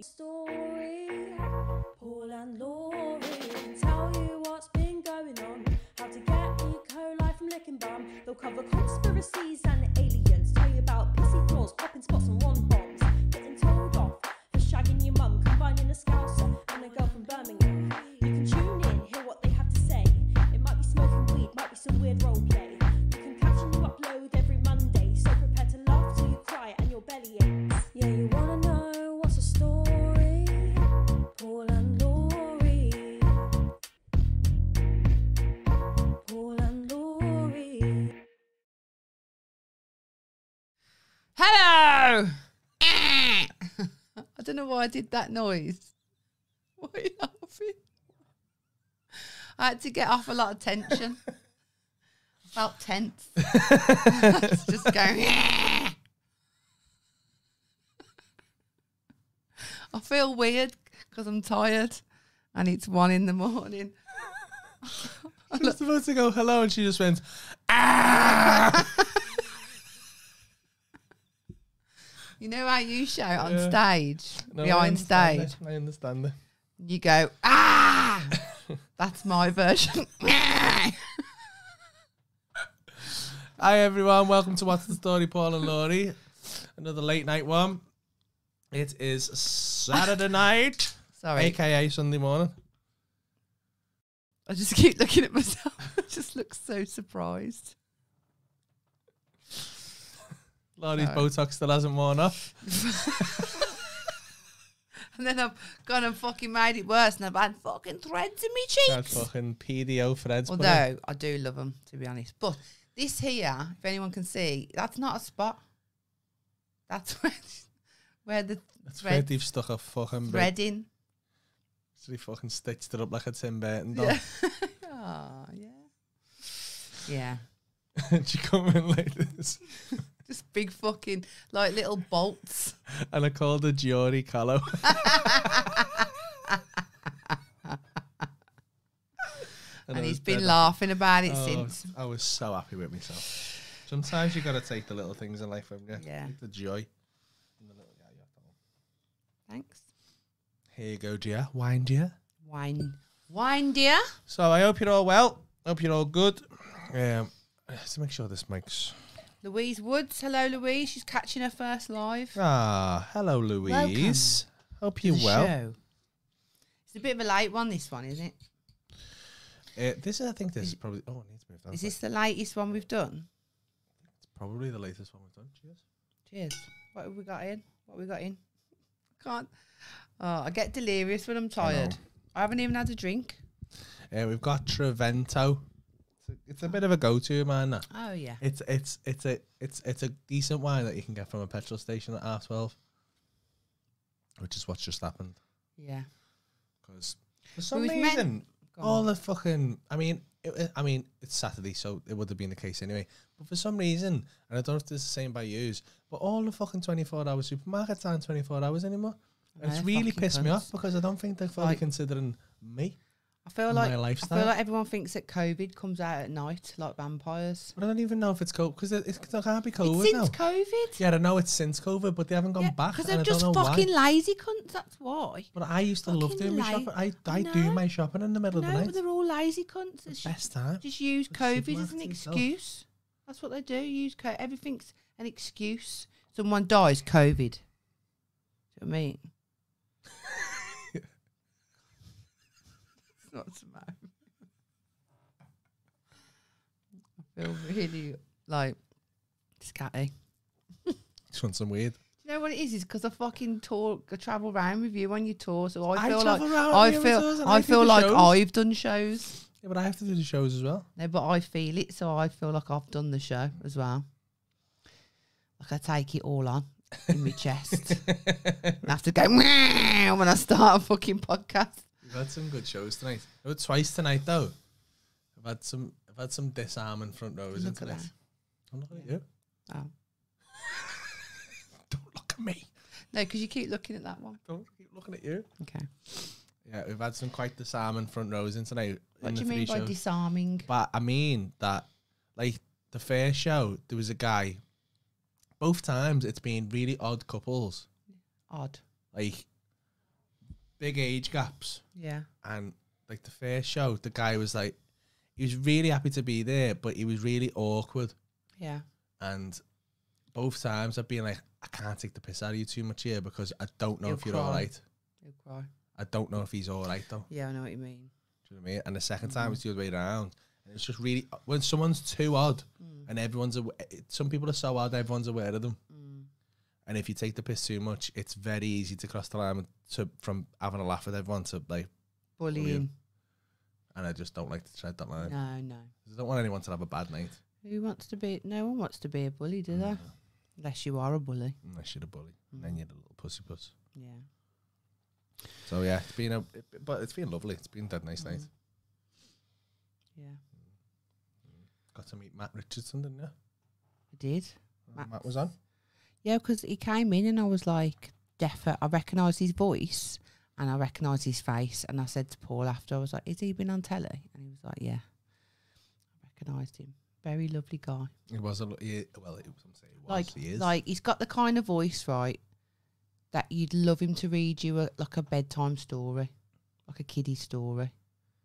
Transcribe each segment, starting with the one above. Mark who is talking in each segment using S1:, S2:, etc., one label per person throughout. S1: story. Paul and Laurie can tell you what's been going on, how to get E. coli from licking bum. They'll cover conspiracies and aliens, tell you about pissy floors, popping spots and one bombs, getting told off for shagging your mum, combining a scouser and a girl from Birmingham. You can tune in, hear what they have to say. It might be smoking weed, might be some weird role play. You can catch a new upload every Monday, so prepare to laugh till you cry and your belly aches. Yeah, you wanna know what's a story? Paul and Laurie. Paul and Laurie.
S2: Hello! I don't know why I did that noise. Why are you laughing? I had to get off a lot of tension. I felt tense. It's just going. I feel weird because I'm tired and it's one in the morning.
S3: She was supposed to go hello, and she just went.
S2: You know how you shout on
S3: Yeah.
S2: stage,
S3: No, I
S2: behind
S3: understand
S2: stage?
S3: it. I understand it.
S2: you go ah that's my version
S3: Hi everyone, welcome to What's the Story, Paul and Laurie. Another late night one. It is Saturday night,
S2: sorry
S3: aka Sunday morning.
S2: i just keep looking at myself i just look so surprised
S3: Laurie's
S2: Sorry.
S3: Botox still hasn't worn off.
S2: and then i've gone and fucking made it worse and i've had fucking threads in my
S3: That
S2: cheeks
S3: fucking PDO Fred's. put in.
S2: although i do love them to be honest but this here if anyone can see that's not a spot that's where, where the
S3: That's where
S2: thread
S3: they've stuck a fucking thread.
S2: threading
S3: They fucking stitched it up like a Tim Burton doll.
S2: yeah oh yeah yeah
S3: and she come in like this.
S2: just big fucking like little bolts
S3: And I called her Giori Callow. I
S2: and
S3: was
S2: he's been
S3: dead-
S2: laughing about it
S3: Oh, I was-
S2: since.
S3: I was so happy with myself. Sometimes you got to take the little things in life, haven't you?
S2: Yeah.
S3: Take The joy.
S2: Thanks.
S3: Here you go, dear. Wine, dear.
S2: Wine, wine, dear.
S3: So I hope you're all well. Hope you're all good. Um, let's make sure this makes.
S2: Louise Woods. Hello, Louise. She's catching her first live.
S3: Ah, hello, Louise. Hope you're
S2: The
S3: well.
S2: show. It's a bit of a late one. This one, isn't it?
S3: Uh, this is, I think, this is probably. Oh, I need to move down.
S2: Is
S3: slightly.
S2: this the latest one we've done?
S3: It's probably the latest one we've done. Cheers.
S2: Cheers. What have we got in? What have we got in? Can't. Oh, I get delirious when I'm tired. I, haven't even had a drink.
S3: Uh, we've got Trevento. It's a, it's a bit of a go-to man. That.
S2: Oh yeah.
S3: It's it's it's a it's it's a decent wine that you can get from a petrol station at half twelve, which is what's just happened.
S2: Yeah.
S3: Because for some
S2: was
S3: reason,
S2: meant- Go on.
S3: all the fucking. I mean, it, I mean, it's Saturday, so it would have been the case anyway. But for some reason, and I don't know if this is the same by yous, but all the fucking twenty-four hour supermarkets aren't twenty-four hours anymore. And
S2: No,
S3: it's really
S2: fucking
S3: pissed me
S2: cunts.
S3: off because I don't think they're fully
S2: Like-
S3: considering me,
S2: I feel
S3: my
S2: like I
S3: lifestyle.
S2: feel like everyone thinks that COVID comes out at night, like vampires.
S3: but I don't even know if it's COVID because it, it, it can't be
S2: It's
S3: COVID now.
S2: since COVID.
S3: Yeah, I know it's since COVID, but they haven't gone back.
S2: because
S3: and
S2: they're
S3: I
S2: just
S3: don't know
S2: fucking
S3: why.
S2: lazy cunts. That's why.
S3: But I used to love
S2: fucking
S3: doing my
S2: la-
S3: shopping. I,
S2: I
S3: I do
S2: know.
S3: my shopping in the middle
S2: no,
S3: of the
S2: but
S3: night.
S2: they're all lazy cunts. It's
S3: Best oh. time.
S2: just use
S3: the
S2: COVID as an
S3: supermarkets themselves.
S2: excuse. That's what they do. Use COVID. Everything's an excuse. Someone dies, COVID. Do you know what I mean? it's not smart. I feel really like scatty.
S3: Just want some weird.
S2: Do you know what it is? Is because I fucking tour, I travel round with you on your tour, so I
S3: I
S2: feel like
S3: travel round
S2: I
S3: with you on tours
S2: feel
S3: and
S2: I
S3: I do
S2: feel
S3: the
S2: like
S3: shows.
S2: I've done shows.
S3: Yeah, but I have to do the shows as well.
S2: No, but I feel it, so I feel like I've done the show as well. Like I take it all on in my chest. I have to go "Meow" when I start a fucking podcast.
S3: We've had some good shows tonight. It was twice tonight though. I've had some. I've had some disarming front rows in
S2: Look at
S3: tonight.
S2: that.
S3: I'm looking at you.
S2: Oh.
S3: Don't look at me.
S2: No, because you keep looking at that one.
S3: Don't keep looking at you.
S2: Okay.
S3: Yeah, we've had some quite disarming front rows in tonight.
S2: What
S3: in
S2: do you
S3: the
S2: mean
S3: three
S2: by
S3: shows.
S2: disarming?
S3: But I mean that, like the first show, there was a guy. Both times, it's been really odd couples.
S2: Odd.
S3: Like big age gaps.
S2: Yeah.
S3: and like the first show, the guy was like, he was really happy to be there, but he was really awkward.
S2: Yeah.
S3: And both times I've been like, I can't take the piss out of you too much here because I don't know
S2: You'll
S3: if you're
S2: cry.
S3: all right.
S2: You'll cry.
S3: I don't know if he's all right though.
S2: Yeah, I know what you mean.
S3: Do you know what I mean? And the second time
S2: Mm-hmm.
S3: it's the other way around. And it's just really when someone's too odd
S2: Mm.
S3: and everyone's aware, some people are so odd everyone's aware of them.
S2: Mm.
S3: And if you take the piss too much, it's very easy to cross the line to from having a laugh with everyone to like.
S2: Bullying.
S3: And I just don't like to tread that line.
S2: No, no.
S3: 'Cause I don't want anyone to have a bad night. Mm.
S2: Who wants to be? No one wants to be a bully, do they? Mm. Unless you are a bully.
S3: I should have bully. And then you're a little pussy puss.
S2: Yeah.
S3: So yeah, it's been a it- but it's been lovely. It's been a dead nice
S2: Mm.
S3: night.
S2: Yeah.
S3: Got to meet Matt Richardson, didn't you?
S2: I did.
S3: Matt, was on.
S2: Yeah, because he came in and I was like, definite. I recognised his voice and I recognised his face. And I said to Paul after, I was like, is he been on telly? And he was like, yeah. I recognised him. Very lovely guy.
S3: It was a lo- he, well. It was, I'm saying it was.
S2: like,
S3: he is.
S2: like he's got the kind of voice, right, that you'd love him to read you a, like a bedtime story, like a kiddie story.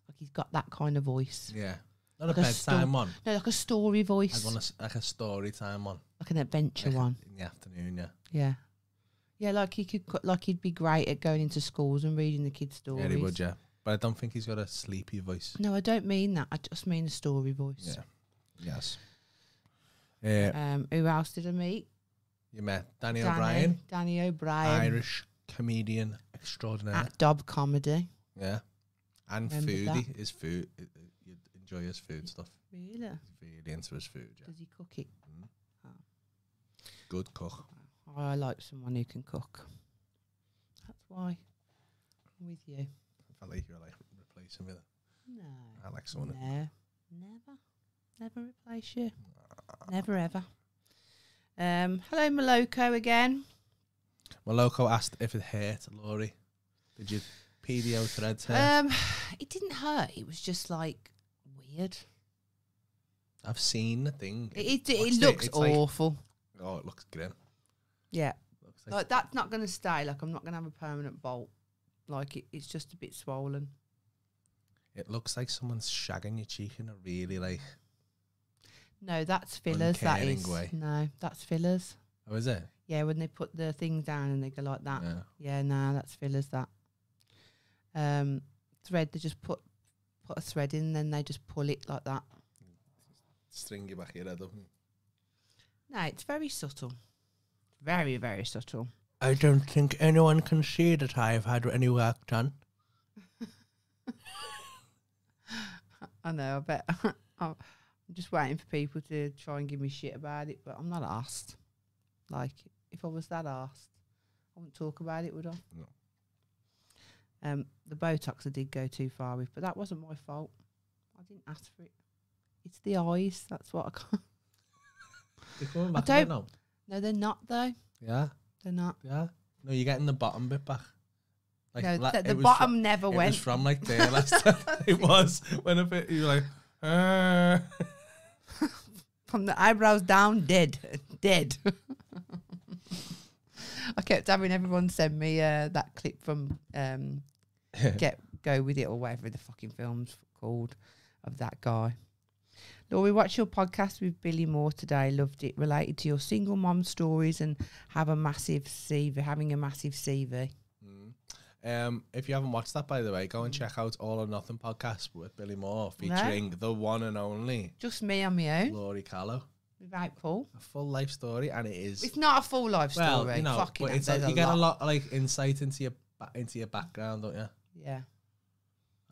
S2: Like he's got that kind of voice.
S3: yeah, not
S2: like
S3: a
S2: a
S3: bedtime
S2: sto-
S3: one.
S2: No, like a story
S3: I
S2: voice,
S3: want a, s- like a story time one.
S2: like an adventure
S3: Like
S2: one.
S3: in the afternoon. Yeah,
S2: Yeah. Yeah, like he could, co- like he'd be great at going into schools and reading the kids' stories.
S3: yeah, he would. Yeah, but I don't think he's got a sleepy voice.
S2: No, I don't mean that. I just mean the story voice.
S3: Yeah. Yes. Yeah,
S2: Um, who else did I meet?
S3: you met Danny,
S2: Danny-
S3: O'Brien,
S2: Danny O'Brien
S3: Irish uh, comedian extraordinaire.
S2: at Dob Comedy.
S3: Yeah. And
S2: Remember
S3: foodie.
S2: that.
S3: His food. i- i- You'd enjoy his food stuff.
S2: Really?
S3: He's really into his food. Yeah. Mm-hmm.
S2: Does he cook it? Ah.
S3: Good cook.
S2: Oh, I like someone who can cook. That's why I'm with you.
S3: I felt like you were like replacing with
S2: No.
S3: Alex on it.
S2: No. Never. Never replace you. Never ever. Um, hello Maloko again.
S3: Maloko asked if it hurt Laurie. Did you PDO threads her?
S2: Um, it didn't hurt. It was just like weird.
S3: I've seen the thing.
S2: It it,
S3: watched
S2: it looks
S3: It's like-
S2: awful.
S3: oh, it looks grim.
S2: yeah,
S3: Looks like,
S2: like that's not going to stay. Like I'm not going to have a permanent bolt. Like it, it's just a bit swollen.
S3: it looks like someone's shagging your cheek in a really like.
S2: No, that's fillers. That
S3: Uncaring
S2: is
S3: way.
S2: no, that's fillers.
S3: Oh, is it?
S2: Yeah, when they put the thing down and they go like that.
S3: Yeah.
S2: Yeah, nah, that's fillers. That um, thread. They just put put a thread in, then they just pull it like that.
S3: String you back here, I don't.
S2: No, it's very subtle. Very very subtle.
S3: I don't think anyone can see that I've had any work done.
S2: I know. I bet. I'm just waiting for people to try and give me shit about it, but I'm not asked. Like, if I was that asked, I wouldn't talk about it, would I?
S3: No.
S2: Um, the Botox I did go too far with, but that wasn't my fault. I didn't ask for it. It's the eyes. That's what I can't.
S3: They're coming
S2: I
S3: back again now.
S2: No, they're not though.
S3: Yeah.
S2: They're not.
S3: Yeah. No, you're getting the bottom bit back.
S2: no,
S3: la-
S2: th-
S3: it
S2: the
S3: was
S2: bottom never
S3: From, it
S2: went.
S3: was from like there last time. It was when a bit you were like, "Ah."
S2: from the eyebrows down, dead, dead. I kept having everyone send me uh, that clip from um, Get Go with It or whatever the fucking film's called of that guy. Laurie, watch your podcast with Billy Moore today. Loved it. Related to your single mom stories and have a massive CV, having a massive CV.
S3: um, if you haven't watched that, by the way, go and check out All or Nothing podcast with Billy Moore featuring the one and only
S2: Just me on my own
S3: Laurie Callow.
S2: without Paul.
S3: A full life story, and it is
S2: It's not a full life
S3: well,
S2: story.
S3: you know,
S2: fucking
S3: but
S2: hell,
S3: it's like,
S2: there's
S3: you get a lot of, like insight into your ba- into your background, don't you?
S2: Yeah.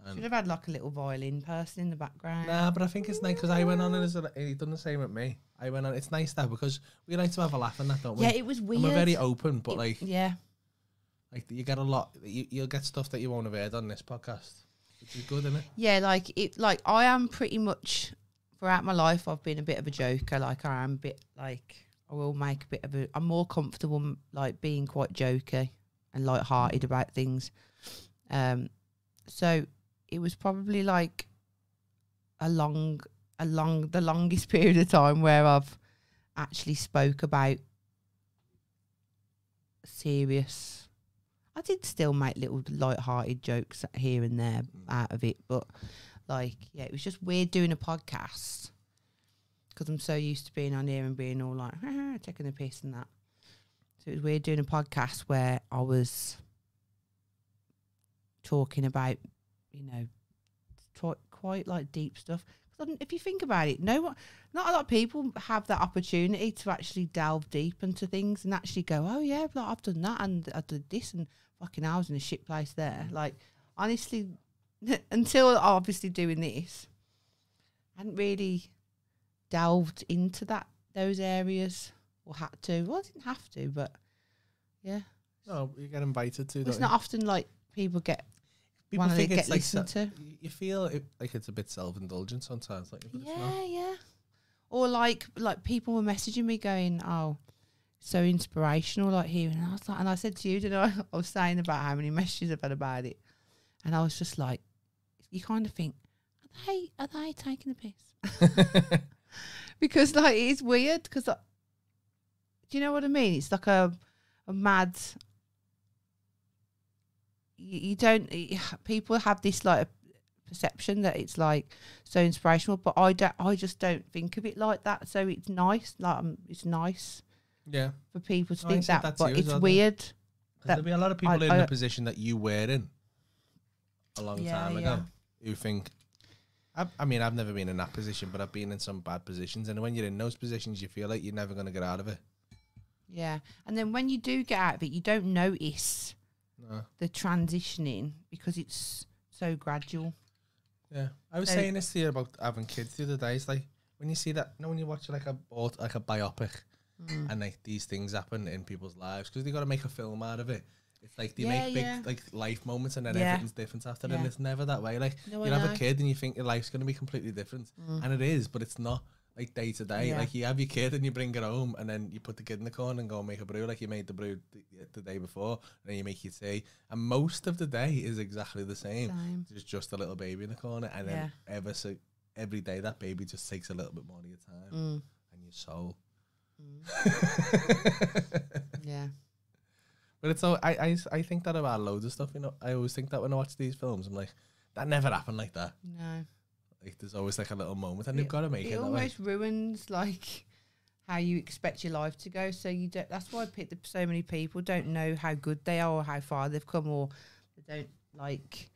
S2: Should
S3: And
S2: have had like a little violin person in the background.
S3: nah, but I think it's nice because I went on and it's- he done the same with me. I went on. It's nice that because we like to have a laugh and that, don't we?
S2: Yeah, it was weird.
S3: And we're very open, but like,
S2: yeah,
S3: like you get a lot. You, you'll get stuff that you won't have heard on this podcast, which is good, isn't it?
S2: yeah, like it, like I am pretty much throughout my life. I've been a bit of a joker. Like I am a bit like I will make a bit of a. I'm more comfortable m- like being quite jokey and light-hearted about things. Um, so it was probably like a long, a long, the longest period of time where I've actually spoke about serious. I did still make little light-hearted jokes here and there out of it, but like, yeah, it was just weird doing a podcast because I'm so used to being on here and being all like taking the piss and that. So it was weird doing a podcast where I was talking about, you know, twi- quite like deep stuff. 'Cause I'm- If you think about it, no one, not a lot of people have that opportunity to actually delve deep into things and actually go, oh yeah, like, I've done that and I did this and fucking I was in a shit place there. Like honestly, until obviously doing this, I hadn't really delved into that those areas or had to. Well, I didn't have to, but yeah,
S3: No, you get invited to.
S2: Well, it's
S3: don't
S2: not often like people get
S3: you?
S2: one
S3: People
S2: of they
S3: think
S2: get
S3: it's like se-
S2: listened to.
S3: you feel it, like it's a bit self-indulgent sometimes. Like, but it's not.
S2: Yeah, yeah. Or like like people were messaging me going, "Oh, so inspirational!" Like here, and I was like, and I said to you, didn't I? I was saying about how many messages I've had about it, and I was just like, you kind of think, are they are they taking the piss? because like it is weird. Because do you know what I mean? It's like a a mad. You, you don't. People have this like perception that it's like so inspirational. But I don't, I just don't think of it like that. So it's nice, like um, it's nice
S3: Yeah,
S2: for people to
S3: No, I
S2: think
S3: said
S2: that,
S3: that to you
S2: but
S3: as
S2: it's
S3: well, though.
S2: weird.
S3: 'Cause
S2: That-
S3: there'll be a lot of people in
S2: I-
S3: the position that you were in a long
S2: Yeah,
S3: time ago
S2: yeah.
S3: who think. I, I mean, I've never been in that position, but I've been in some bad positions, and when you're in those positions, you feel like you're never going to get out of it.
S2: Yeah, and then when you do get out of it, you don't notice
S3: No.
S2: the transitioning because it's so gradual.
S3: Yeah, I was
S2: So-
S3: saying this to you about having kids the other day. It's like when you see that, you know, when you watch like a aut- like a biopic,
S2: Mm.
S3: and like these things happen in people's lives because they got to make a film out of it. It's like they
S2: Yeah,
S3: make big
S2: yeah.
S3: like life moments, and then
S2: Yeah.
S3: everything's different after. And
S2: Yeah. Oh,
S3: it's never that way. Like
S2: No, I
S3: you have
S2: know.
S3: a kid, and you think your life's going to be completely different, and it is, but it's not. Like day to day,
S2: Yeah.
S3: like you have your kid and you bring it home, and then you put the kid in the corner and go and make a brew, like you made the brew the, the day before, and then you make your tea. And most of the day is exactly the same.
S2: Same.
S3: There's just a little baby in the corner, and then ever so every day that baby just takes a little bit more of your time
S2: Mm,
S3: and your soul.
S2: Yeah,
S3: But it's all I, I s- I think that about loads of stuff. You know, I always think that when I watch these films, I'm like, that never happened like that.
S2: no,
S3: Like there's always like a little moment, and they've got to make it,
S2: it
S3: that way.
S2: almost ruins like how you expect your life to go. So you don't. That's why pe- so many people don't know how good they are or how far they've come, or they don't like,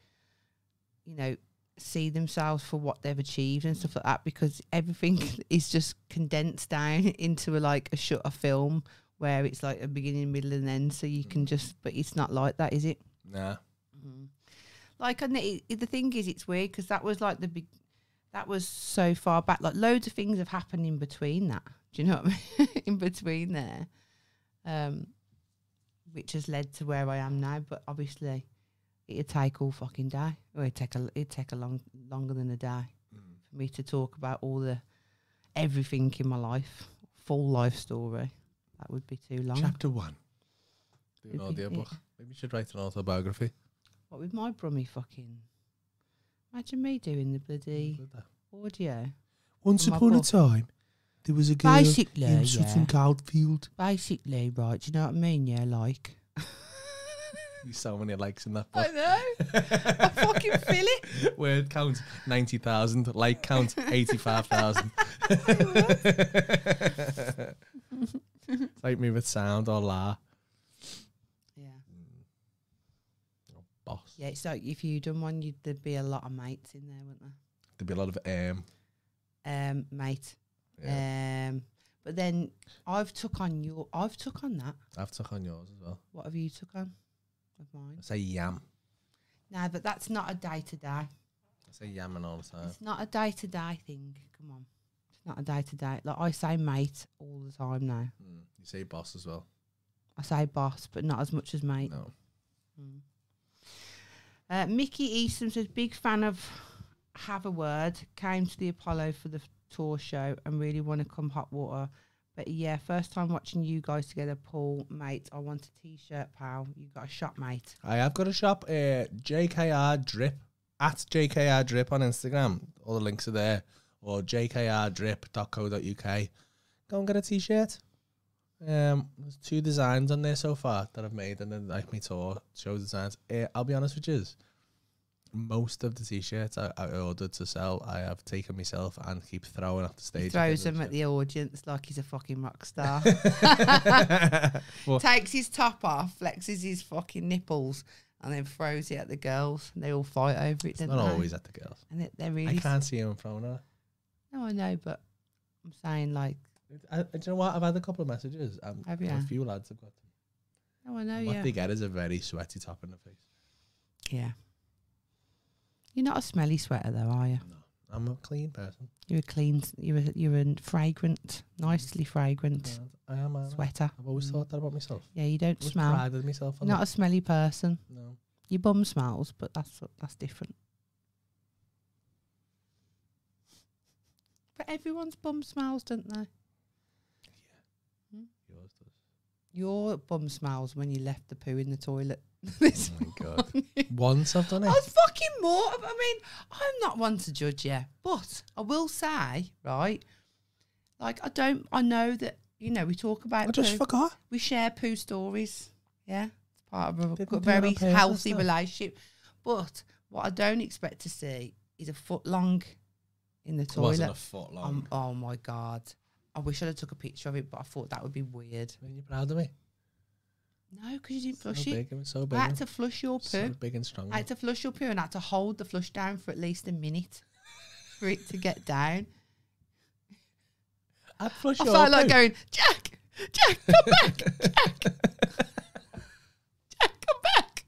S2: you know, see themselves for what they've achieved and stuff like that. Because everything is just condensed down into a, like a shutter film where it's like a beginning, middle, and end. So you
S3: Mm.
S2: can just, but it's not like that, is it?
S3: Nah,
S2: Mm-hmm. Like, and it, it- the thing is, it's weird because that was like the big, that was so far back. Like, loads of things have happened in between that. Do you know what I mean? in between there, um, which has led to where I am now. But obviously, it'd take all fucking day. Or it'd take a, it'd take a long, longer than a day
S3: Mm.
S2: for me to talk about all the everything in my life, full life story. That would be too long.
S3: chapter one. Do an
S2: It'd be-
S3: audiobook. Maybe you should write an autobiography.
S2: What with my brummy fucking? Imagine me doing the bloody. audio.
S3: Once
S2: My upon a book.
S3: time, there was a
S2: Basically, yeah.
S3: Goldfield.
S2: Basically, right. Do you know what I mean? Yeah, like.
S3: So many likes in that book.
S2: I know. I fucking feel it.
S3: Word count ninety thousand, like count eighty five thousand. like me with sound or la,
S2: Yeah.
S3: boss.
S2: Yeah, it's like if you done one, you'd, there'd be a lot of mates in there, wouldn't there?
S3: There'd be a lot of um.
S2: Um, mate.
S3: Yeah,
S2: Um, but then I've took on your. I've took on that.
S3: I've took on yours as well.
S2: What have you took on? Of mine.
S3: I say yam.
S2: No, but that's not a day to day.
S3: I say yamming all the time.
S2: It's not a day to day thing. Come on. It's not a day to day. Like I say, mate, all the time now.
S3: Mm. You say boss as well.
S2: I say boss, but not as much as mate.
S3: No.
S2: Mm. Uh, Mickey Easton says, big fan of Have a Word. Came to the Apollo for the tour show and really want to come hot water. But yeah, first time watching you guys together, Paul, mate. I want a t shirt, pal. You got a shot, mate.
S3: I have got a shop. Uh, JKR Drip at JKR Drip on Instagram. All the links are there. Or jkrdrip.co.uk. Go and get a t-shirt. Um, there's two designs on there so far that I've made, and then like my tour show designs. Eh, I'll be honest with you, most of the t-shirts I, I ordered to sell, I have taken myself and keep throwing off the stage.
S2: He
S3: and
S2: throws
S3: giving
S2: him at
S3: shit.
S2: the audience like he's a fucking rock star.
S3: Well-
S2: Takes his top off, flexes his fucking nipples, and then throws it at the girls. And they all fight over it.
S3: It's
S2: don't
S3: not
S2: they?
S3: always at the girls.
S2: And it, they're
S3: I
S2: really.
S3: can't see him throwing her.
S2: No, I know, but I'm saying like,
S3: I, I- do you know what? I've had a couple of messages. Um,
S2: Have
S3: A
S2: ya?
S3: few lads have got.
S2: no, I know,
S3: what
S2: yeah,
S3: they get is a very sweaty top in the face.
S2: yeah. You're not a smelly sweater though, are you?
S3: I'm a clean person.
S2: You're a clean. You're a, you're a fragrant, nicely fragrant
S3: I am. I am.
S2: sweater.
S3: I've always
S2: Mm.
S3: thought that about myself.
S2: Yeah, you don't
S3: Always
S2: smell.
S3: prided myself on
S2: You're not a smelly person.
S3: that. No.
S2: Your bum smells, but that's that's different. But everyone's bum smells, don't they?
S3: Yours does.
S2: Your bum smells when you left the poo in the toilet. this
S3: Oh my god.
S2: morning.
S3: Once I've done
S2: I
S3: it.
S2: was fucking more. I mean, I'm not one to judge you, but I will say, right? Like, I don't. I know that you know we talk about.
S3: I just
S2: poo.
S3: forgot.
S2: we share poo stories. Yeah, it's part of a
S3: Didn't do
S2: g-
S3: it
S2: very
S3: on purpose,
S2: healthy
S3: though.
S2: relationship. But what I don't expect to see is a foot long in the
S3: It wasn't a
S2: toilet.
S3: foot long.
S2: Um, oh my god! I wish I'd have took a picture of it, but I thought that would be weird.
S3: Are you proud of me?
S2: No, because you didn't
S3: So
S2: flush it.
S3: big. It was so big.
S2: I had
S3: and-
S2: to flush your poo.
S3: so big and strong.
S2: I had to flush your poo, and I had to hold the flush down for at least a minute for it to get down.
S3: I flush
S2: I
S3: your
S2: felt like
S3: poo.
S2: going, Jack, Jack, come back, Jack, Jack, come back.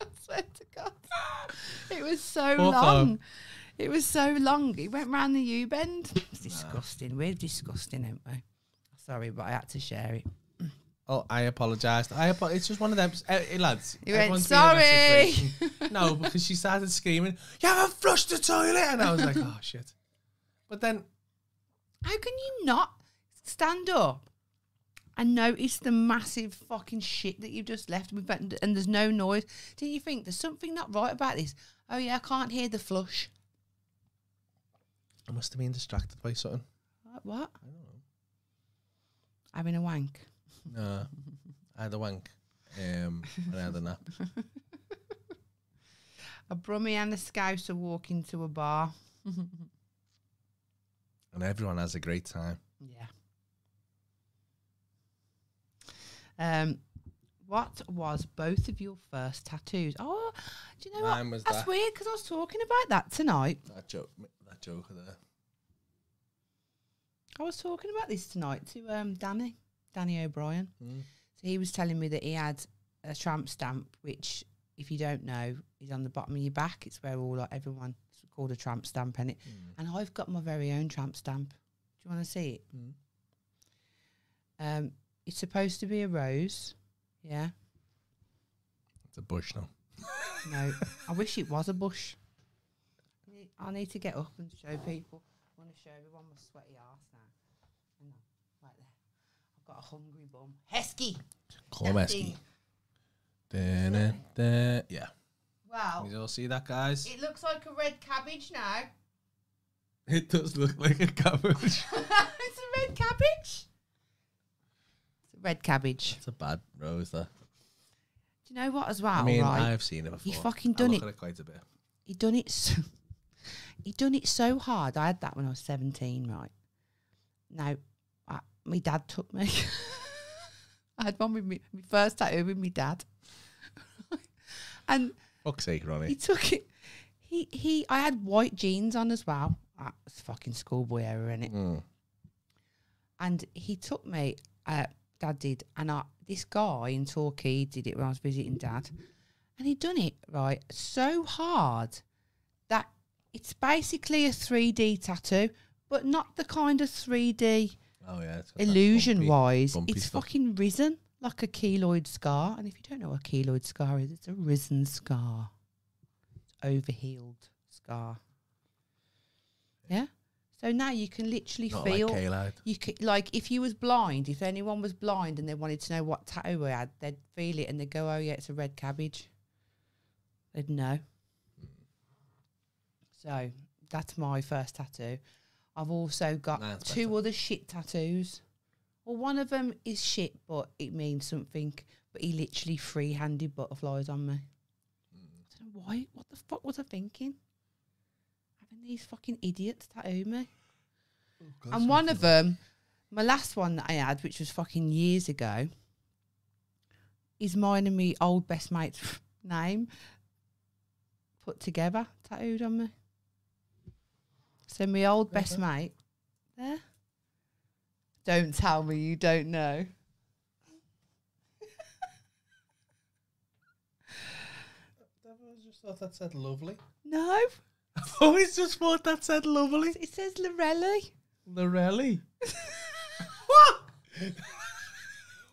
S2: I swear to God, it was so
S3: Poor
S2: long. It was so long. It went round the U bend. It's disgusting. We're disgusting, aren't we? Sorry, but I had to share it.
S3: Oh, I apologised. I apo- It's just one of them. eh, eh, lads.
S2: You went,
S3: everyone's been in that
S2: "Sorry."
S3: situation. no, because she started screaming, You haven't flushed the toilet. And I was like, Oh, shit. But then,
S2: How can you not stand up and notice the massive fucking shit that you've just left? We've been- and there's no noise. Didn't you think there's something not right about this? Oh yeah, I can't hear the flush.
S3: I must have been distracted by something.
S2: Like, What?
S3: I don't
S2: Having a wank.
S3: know. No. I had a wank. Um, and I had a nap.
S2: A brummie and a scouser walk into a bar.
S3: And everyone has a great time.
S2: Yeah. Um, what was both of your first tattoos? Oh, do you know
S3: Mine
S2: what?
S3: was
S2: That's
S3: that.
S2: weird because I was talking about that tonight.
S3: That joke, that joke there.
S2: I was talking about this tonight to um, Danny, Danny O'Brien.
S3: Mm.
S2: So he was telling me that he had a tramp stamp, which, if you don't know, is on the bottom of your back. It's where all like, everyone it's called a tramp stamp, and it. And I've got my very own tramp stamp. Do you want to see it?
S3: Mm.
S2: Um, it's supposed to be a rose. Yeah.
S3: It's a bush now.
S2: No, I wish it was a bush. I need- I need to get up and show people. I want to show everyone my sweaty ass now. Hang on, right there. I've got a hungry bum. Hesky.
S3: Cormesky. Da-na-da. Yeah.
S2: Wow.
S3: You all see that, guys?
S2: It looks like a red cabbage now.
S3: It does look like a cabbage.
S2: it's a red cabbage. It's a red cabbage.
S3: It's a bad rose, that.
S2: Do you know what as well?
S3: I mean,
S2: right?
S3: I've seen it before.
S2: fucking
S3: I
S2: done
S3: look
S2: it.
S3: At it quite a bit.
S2: he done it so he done it so hard. I had that when I was seventeen, right? Now, I, my dad took me. I had one with me, my first tattoo with my dad, and
S3: Fuck's sake,
S2: he
S3: Ronnie.
S2: took it. He he. I had white jeans on as well. That's fucking schoolboy era, innit?
S3: Mm.
S2: and he took me. Uh, Dad did, and I, this guy in Torquay did it when I was visiting Dad, and he'd done it right so hard that it's basically a three D tattoo, but not the kind of three D
S3: Oh yeah, it's got that
S2: illusion
S3: bumpy-
S2: wise.
S3: bumpy
S2: It's
S3: stuff.
S2: fucking risen like a keloid scar, and if you don't know what a keloid scar is, it's a risen scar, it's overhealed scar. Yeah. So now you can literally
S3: Not
S2: feel
S3: like K-Lad.
S2: you could like if you was blind, if anyone was blind and they wanted to know what tattoo I had, they'd feel it and they'd go, "Oh yeah, it's a red cabbage." They'd know. So that's my first tattoo. I've also got
S3: Nah, that's
S2: two
S3: better.
S2: other shit tattoos Well, one of them is shit, but it means something. But he literally free-handed butterflies on me. I don't know why. What the fuck was I thinking? Having these fucking idiots tattoo me.
S3: Oh,
S2: and one of them, my last one that I had, which was fucking years ago, is mine and me old best mate's name put together, tattooed on me. So my old best mate, there. Don't tell me you don't know.
S3: just thought that said lovely.
S2: No,
S3: I've always just thought that said lovely.
S2: it says Lorelli.
S3: Lorelli. what?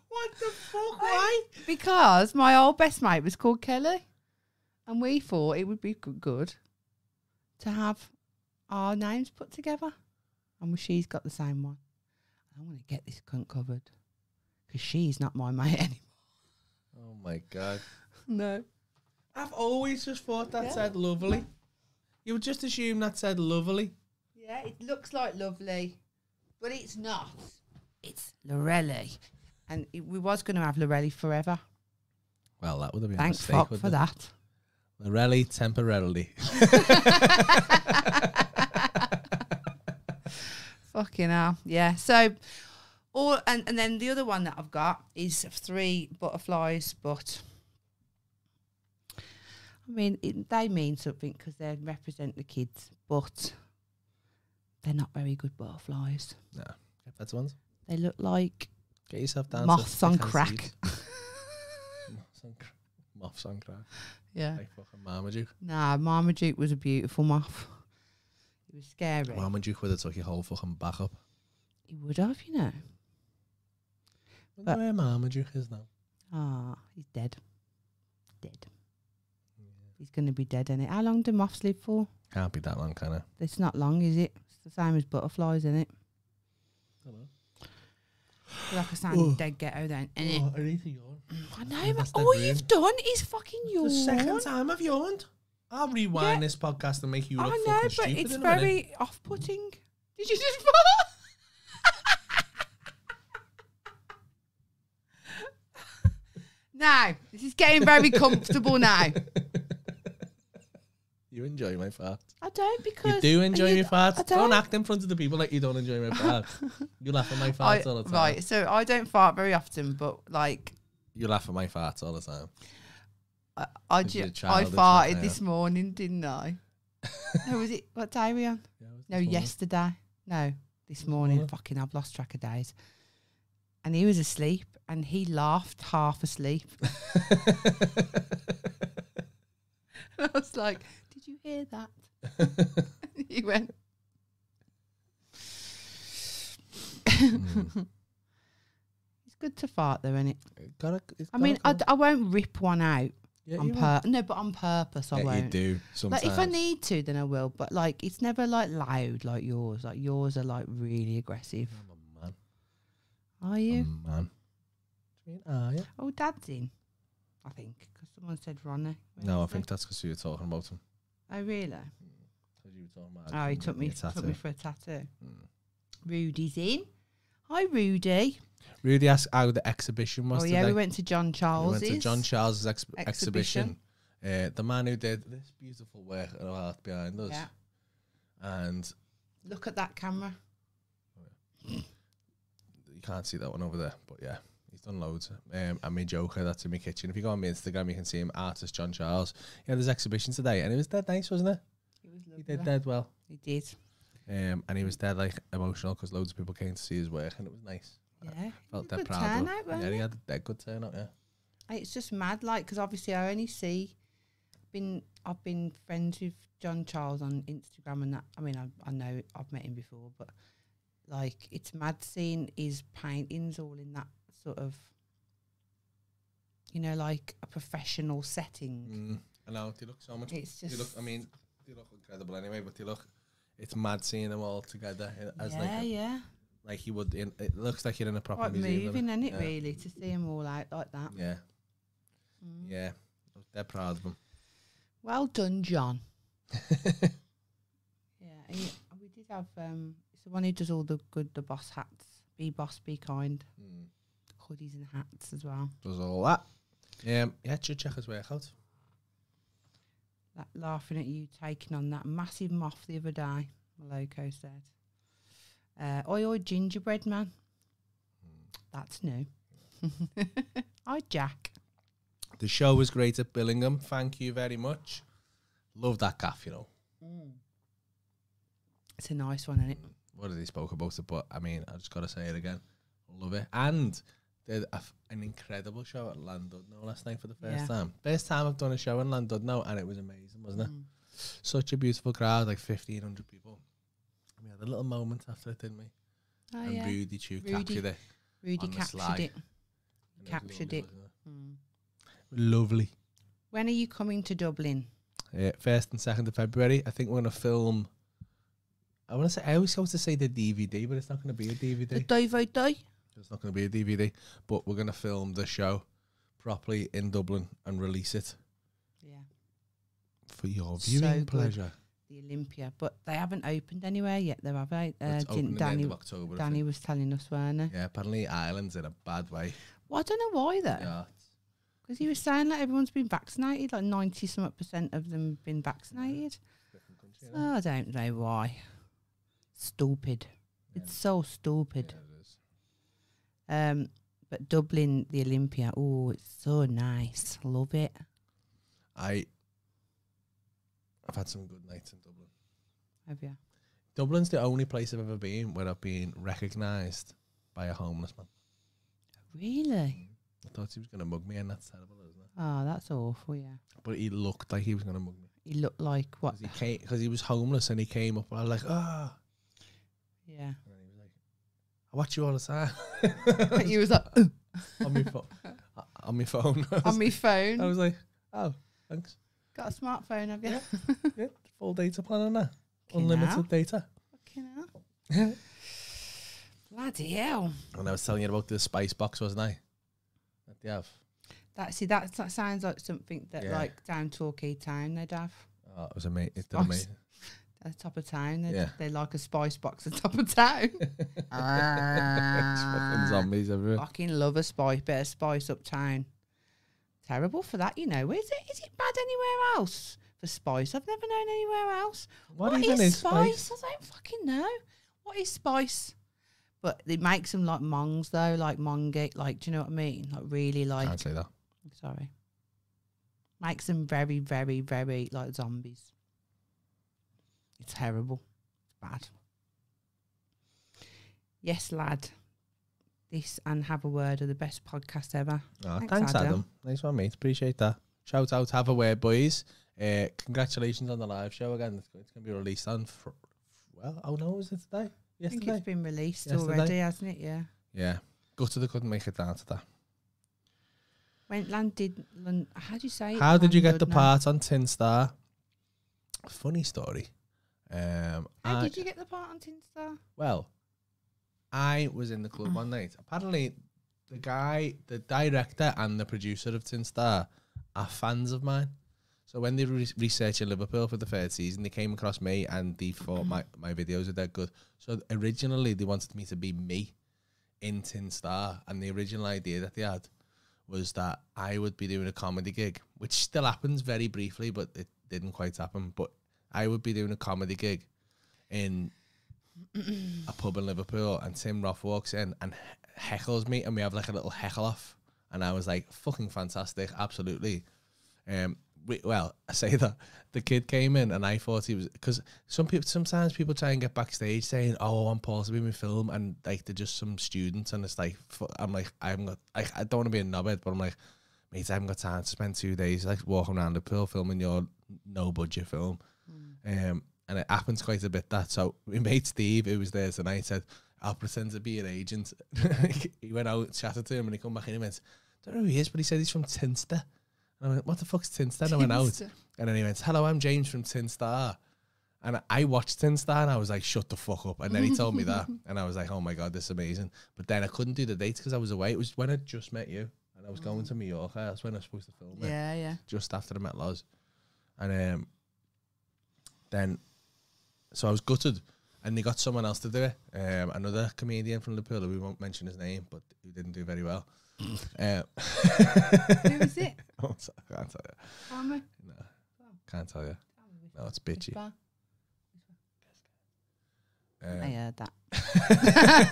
S3: what the fuck? Why?
S2: Because my old best mate was called Kelly, and we thought it would be g- good to have our names put together. And she's got the same one. I'm going to get this cunt covered because she's not my mate anymore.
S3: Oh my god.
S2: No.
S3: I've always just thought that said lovely. You would just assume that said lovely.
S2: Yeah, it looks like lovely, but it's not. It's Lorelli. And it, we was going to have Lorelli forever.
S3: Well, that would have been
S2: Thanks,
S3: a mistake.
S2: fuck,
S3: wouldn't
S2: for
S3: it?
S2: that.
S3: Lorelli temporarily.
S2: Fucking hell. Yeah. So all and, and then the other one that I've got is three butterflies, but I mean it, they mean something because they represent the kids, but they're not very good butterflies.
S3: no, if that's ones.
S2: They look like
S3: Get yourself down.
S2: moths
S3: to
S2: on
S3: Dickens'
S2: crack.
S3: Eve. Moths on crack. Moths on crack.
S2: yeah.
S3: Like fucking Marmaduke.
S2: Nah, Marmaduke was a beautiful moth. He was scary.
S3: Marmaduke would have took your whole fucking back up.
S2: he would have, you know.
S3: Wonder
S2: But-
S3: where Marmaduke is now.
S2: Ah, he's dead. Dead. He's going to be dead, is it? How long do moths live for?
S3: Can't be that long, can it?
S2: It's not long, is it? It's the same as butterflies, isn't it? Like a sound
S3: Oh.
S2: dead ghetto, then. innit?
S3: Oh, I need to yawn.
S2: I
S3: I
S2: know,
S3: must
S2: but all
S3: have
S2: you've
S3: ruined-
S2: done is fucking yawn.
S3: The second time I've yawned. I'll rewind
S2: Yeah.
S3: this podcast and make you look
S2: I know,
S3: fucking
S2: but
S3: stupid.
S2: it's
S3: in a minute.
S2: very off-putting. Did you just now, this is getting very comfortable now.
S3: You enjoy my fart.
S2: I don't because
S3: You do enjoy
S2: you-
S3: my farts.
S2: I
S3: Don't. act in front of the people like you don't enjoy my farts. you laugh at my
S2: I-
S3: farts all the time.
S2: right, so I don't fart very often, but like
S3: You laugh at my farts all the time.
S2: I, I,
S3: Because
S2: ju-
S3: you're a
S2: I
S3: child, it's not
S2: farted
S3: now.
S2: this morning, didn't I? no, was it what day are we on?
S3: Yeah, it
S2: No,
S3: was this morning.
S2: yesterday. No, this morning.
S3: morning.
S2: Fucking, I've lost track of days. And he was asleep, and he laughed half asleep. and I was like, "Did you hear that?" he went.
S3: Hmm.
S2: It's good to fart, though, isn't it?
S3: Gotta- it's
S2: I mean,
S3: gotta
S2: I,
S3: come.
S2: d- I won't rip one out
S3: Yeah,
S2: on
S3: you
S2: pur- no, but on purpose I
S3: will. Yeah,
S2: won't.
S3: you do
S2: Like
S3: sometimes.
S2: if I need to, then I will. But like, it's never like loud like yours. Like yours are like really aggressive.
S3: I'm a man.
S2: Are
S3: I'm
S2: you?
S3: a man. Do you mean ah, are you?
S2: Oh, Dad's in. I think because someone said Ronnie.
S3: No, I
S2: Wednesday.
S3: think that's because you were talking about him.
S2: Oh, really?
S3: 'Cause you were talking about
S2: oh, he
S3: him
S2: took
S3: getting
S2: me
S3: a tattoo.
S2: took me for a tattoo.
S3: Mm.
S2: Rudy's in. Hi, Rudy.
S3: Rudy asked how the exhibition was
S2: oh yeah,
S3: today.
S2: we went to John
S3: We
S2: Charles's.
S3: went to John Charles's ex-
S2: exhibition.
S3: exhibition. Uh, the man who did this beautiful work of art behind us.
S2: Yeah.
S3: And
S2: Look at that camera.
S3: you can't see that one over there, but yeah, he's done loads. Um, and me Joker, that's in my kitchen. If you go on my Instagram, you can see him, artist John Charles. He had his exhibition today, and it was dead nice, wasn't it?
S2: He was lovely.
S3: He did dead well.
S2: He did.
S3: Um, and he was dead like emotional because loads of people came to see his work, and it was nice.
S2: Yeah.
S3: Felt
S2: It was a
S3: dead
S2: good
S3: proud. of him.
S2: turnout, wasn't
S3: yeah, he
S2: it?
S3: had a dead good turnout. Yeah.
S2: It's just mad, like, because obviously I only see, been I've been friends with John Charles on Instagram and that. I mean, I, I know I've met him before, but like, it's mad seeing his paintings all in that sort of, you know, like a professional setting.
S3: Mm. I know they look so much.
S2: It's
S3: They
S2: just,
S3: look. I mean, they look incredible anyway, but they look. It's mad seeing them all together i- as
S2: yeah,
S3: like a-
S2: yeah,
S3: like you would. In, it looks like you're in a proper
S2: quite
S3: museum.
S2: moving,
S3: innit?
S2: isn't it?
S3: yeah.
S2: Really, to see them all out like that.
S3: Yeah,
S2: Mm.
S3: yeah. They're proud of them.
S2: Well done, John. Yeah, and y- and we did have um, it's the one who does all the good the boss hats. Be boss, be kind. Hoodies and hats as well.
S3: Hmm. Does all that. Um, yeah, should check his workout.
S2: That laughing at you taking on that massive moth the other day, Maloko said. Uh, oi, oi, gingerbread man.
S3: Hmm.
S2: That's new. Hi, Jack.
S3: The show was great at Billingham. Thank you very much. Love that calf, you know.
S2: Mm. It's a nice one, isn't it?
S3: What did he spoke about it? But I mean, I just gotta say it again. Love it. And did a f- an incredible show at Landudno last night for the first
S2: Yeah.
S3: time. First time I've done a show in Landudno, and it was amazing, wasn't it?
S2: Mm.
S3: Such a beautiful crowd, like fifteen hundred people. And we had a little moment after it, didn't we?
S2: Oh,
S3: and
S2: yeah. Rudy,
S3: Rudy Chu
S2: Rudy
S3: captured it. on the
S2: captured
S3: slide.
S2: it.
S3: And was
S2: captured
S3: lovely,
S2: it.
S3: wasn't
S2: Mm.
S3: Lovely.
S2: When are you coming to Dublin?
S3: Yeah, first and second of February. I think we're gonna film. I want to say I always supposed to say the DVD, but it's not gonna be a DVD.
S2: The Dovo Day?
S3: It's not going to be a DVD, but we're going to film the show properly in Dublin and release it
S2: Yeah.
S3: for your
S2: So
S3: viewing
S2: good.
S3: pleasure.
S2: the Olympia, but they haven't opened anywhere yet, though, have they? Uh,
S3: It's open
S2: didn't
S3: at the end
S2: Danny,
S3: of October. I
S2: Danny
S3: think.
S2: was telling us, weren't they?
S3: Yeah, apparently Ireland's in a bad way.
S2: Well, I don't know why, though,
S3: Yeah,
S2: because he was saying that everyone's been vaccinated, like 90 something percent of them have been vaccinated.
S3: different country.
S2: So I don't know why. Stupid. It's so
S3: Yeah,
S2: stupid.
S3: it is.
S2: Um, but Dublin, the Olympia, oh, it's so nice. Love it.
S3: I, I've had some good nights in Dublin.
S2: Have you?
S3: Dublin's the only place I've ever been where I've been recognised by a homeless man.
S2: Really?
S3: I thought he was going to mug me, and that's terrible, isn't it?
S2: Oh, that's awful, yeah.
S3: But he looked like he was going to mug me
S2: He looked like what?
S3: because he came because he was homeless and he came up and I was like, ah.
S2: Yeah.
S3: And he was like, I watch you all the time.
S2: he was like,
S3: on my phone. on my phone. I was,
S2: on my phone.
S3: I was like, oh, thanks.
S2: Got a smartphone, have you?
S3: Yeah. Yeah, full data plan on that.
S2: Fucking
S3: Unlimited
S2: hell.
S3: data.
S2: Fucking hell. Bloody hell.
S3: And I was telling you about the spice box, wasn't I? That they have.
S2: That see that, that sounds like something that
S3: Yeah.
S2: like down Torquay town they'd have.
S3: Oh, it was amazing. It's
S2: Spice.
S3: amazing.
S2: At the top of town. They'd,
S3: Yeah.
S2: They're like a spice box at the top of town.
S3: It's fucking
S2: Ah.
S3: zombies everywhere.
S2: Fucking love a spice bit of spice uptown. Terrible for that, you know. Is it is it bad anywhere else? For spice. I've never known anywhere else.
S3: What
S2: what
S3: even
S2: is,
S3: is
S2: spice?
S3: spice?
S2: I don't fucking know. What is spice? But it makes them like mongs though, like mongi, like do you know what I mean? Like really like
S3: Can't say that.
S2: Sorry. Makes them very, very, very like zombies. It's terrible. It's bad. Yes, lad. This and Have a Word are the best podcast ever.
S3: Ah,
S2: Thanks,
S3: thanks, Adam.
S2: Adam.
S3: Nice one, mate. Appreciate that. Shout out, have a wear, boys. Uh, congratulations on the live show again. It's, it's going to be released on, fr- well, oh no, is it today?
S2: I think
S3: Yesterday?
S2: it's been released
S3: Yesterday.
S2: already, hasn't it? Yeah.
S3: Yeah. Gutted they couldn't make it down to that.
S2: When Land did. Lon- how do you say it?
S3: How did you get the
S2: Landudno?
S3: part on Tin Star? Funny story. Um,
S2: How
S3: I,
S2: did you get the part on Tinstar?
S3: well, I was in the club one night. Apparently, the guy, the director, and the producer of Tin Star are fans of mine. So when they were re- researching Liverpool for the third season, they came across me and they thought my, my videos are that good. So originally, they wanted me to be me in Tin Star, and the original idea that they had was that I would be doing a comedy gig, which still happens very briefly, but it didn't quite happen. But I would be doing a comedy gig in a pub in Liverpool, and Tim Roth walks in and he- heckles me, and we have like a little heckle off. And I was like, "Fucking fantastic, absolutely." Um, we, well, I say that the kid came in, and I thought he was because some people sometimes people try and get backstage saying, "Oh, I'm paused to be in my film," and like they're just some students, and it's like fu- I'm like I'm not like I don't want to be a knobhead, but I'm like, mate, I haven't got time to spend two days like walking around Liverpool filming your no budget film. Um, and it happens quite a bit that. So we made Steve, who was there tonight, said, I'll pretend to be an agent. he went out, chatted to him, and he come back in and went, don't know who he is, but he said he's from Tinster. And I went, what the fuck's Tinster? And I went "Oh, out.
S2: Tinster.
S3: And then he went, hello, I'm James from Tinstar. And I watched Tinstar and I was like, shut the fuck up. And then he told me that. And I was like, oh my God, this is amazing. But then I couldn't do the dates because I was away. It was when I just met you. And I was going to Mallorca. That's when I was supposed to film it
S2: Yeah, yeah.
S3: just after I met Loz. And um, then, so I was gutted. and they got someone else to do it. Um, another comedian from Liverpool, who we won't mention his name, but who didn't do very well. um,
S2: Who is it?
S3: I'm Oh, sorry, I can't tell you.
S2: Farmer?
S3: No, can't tell you. No, it's bitchy.
S2: Whisper. I
S3: Um,
S2: heard that.
S3: who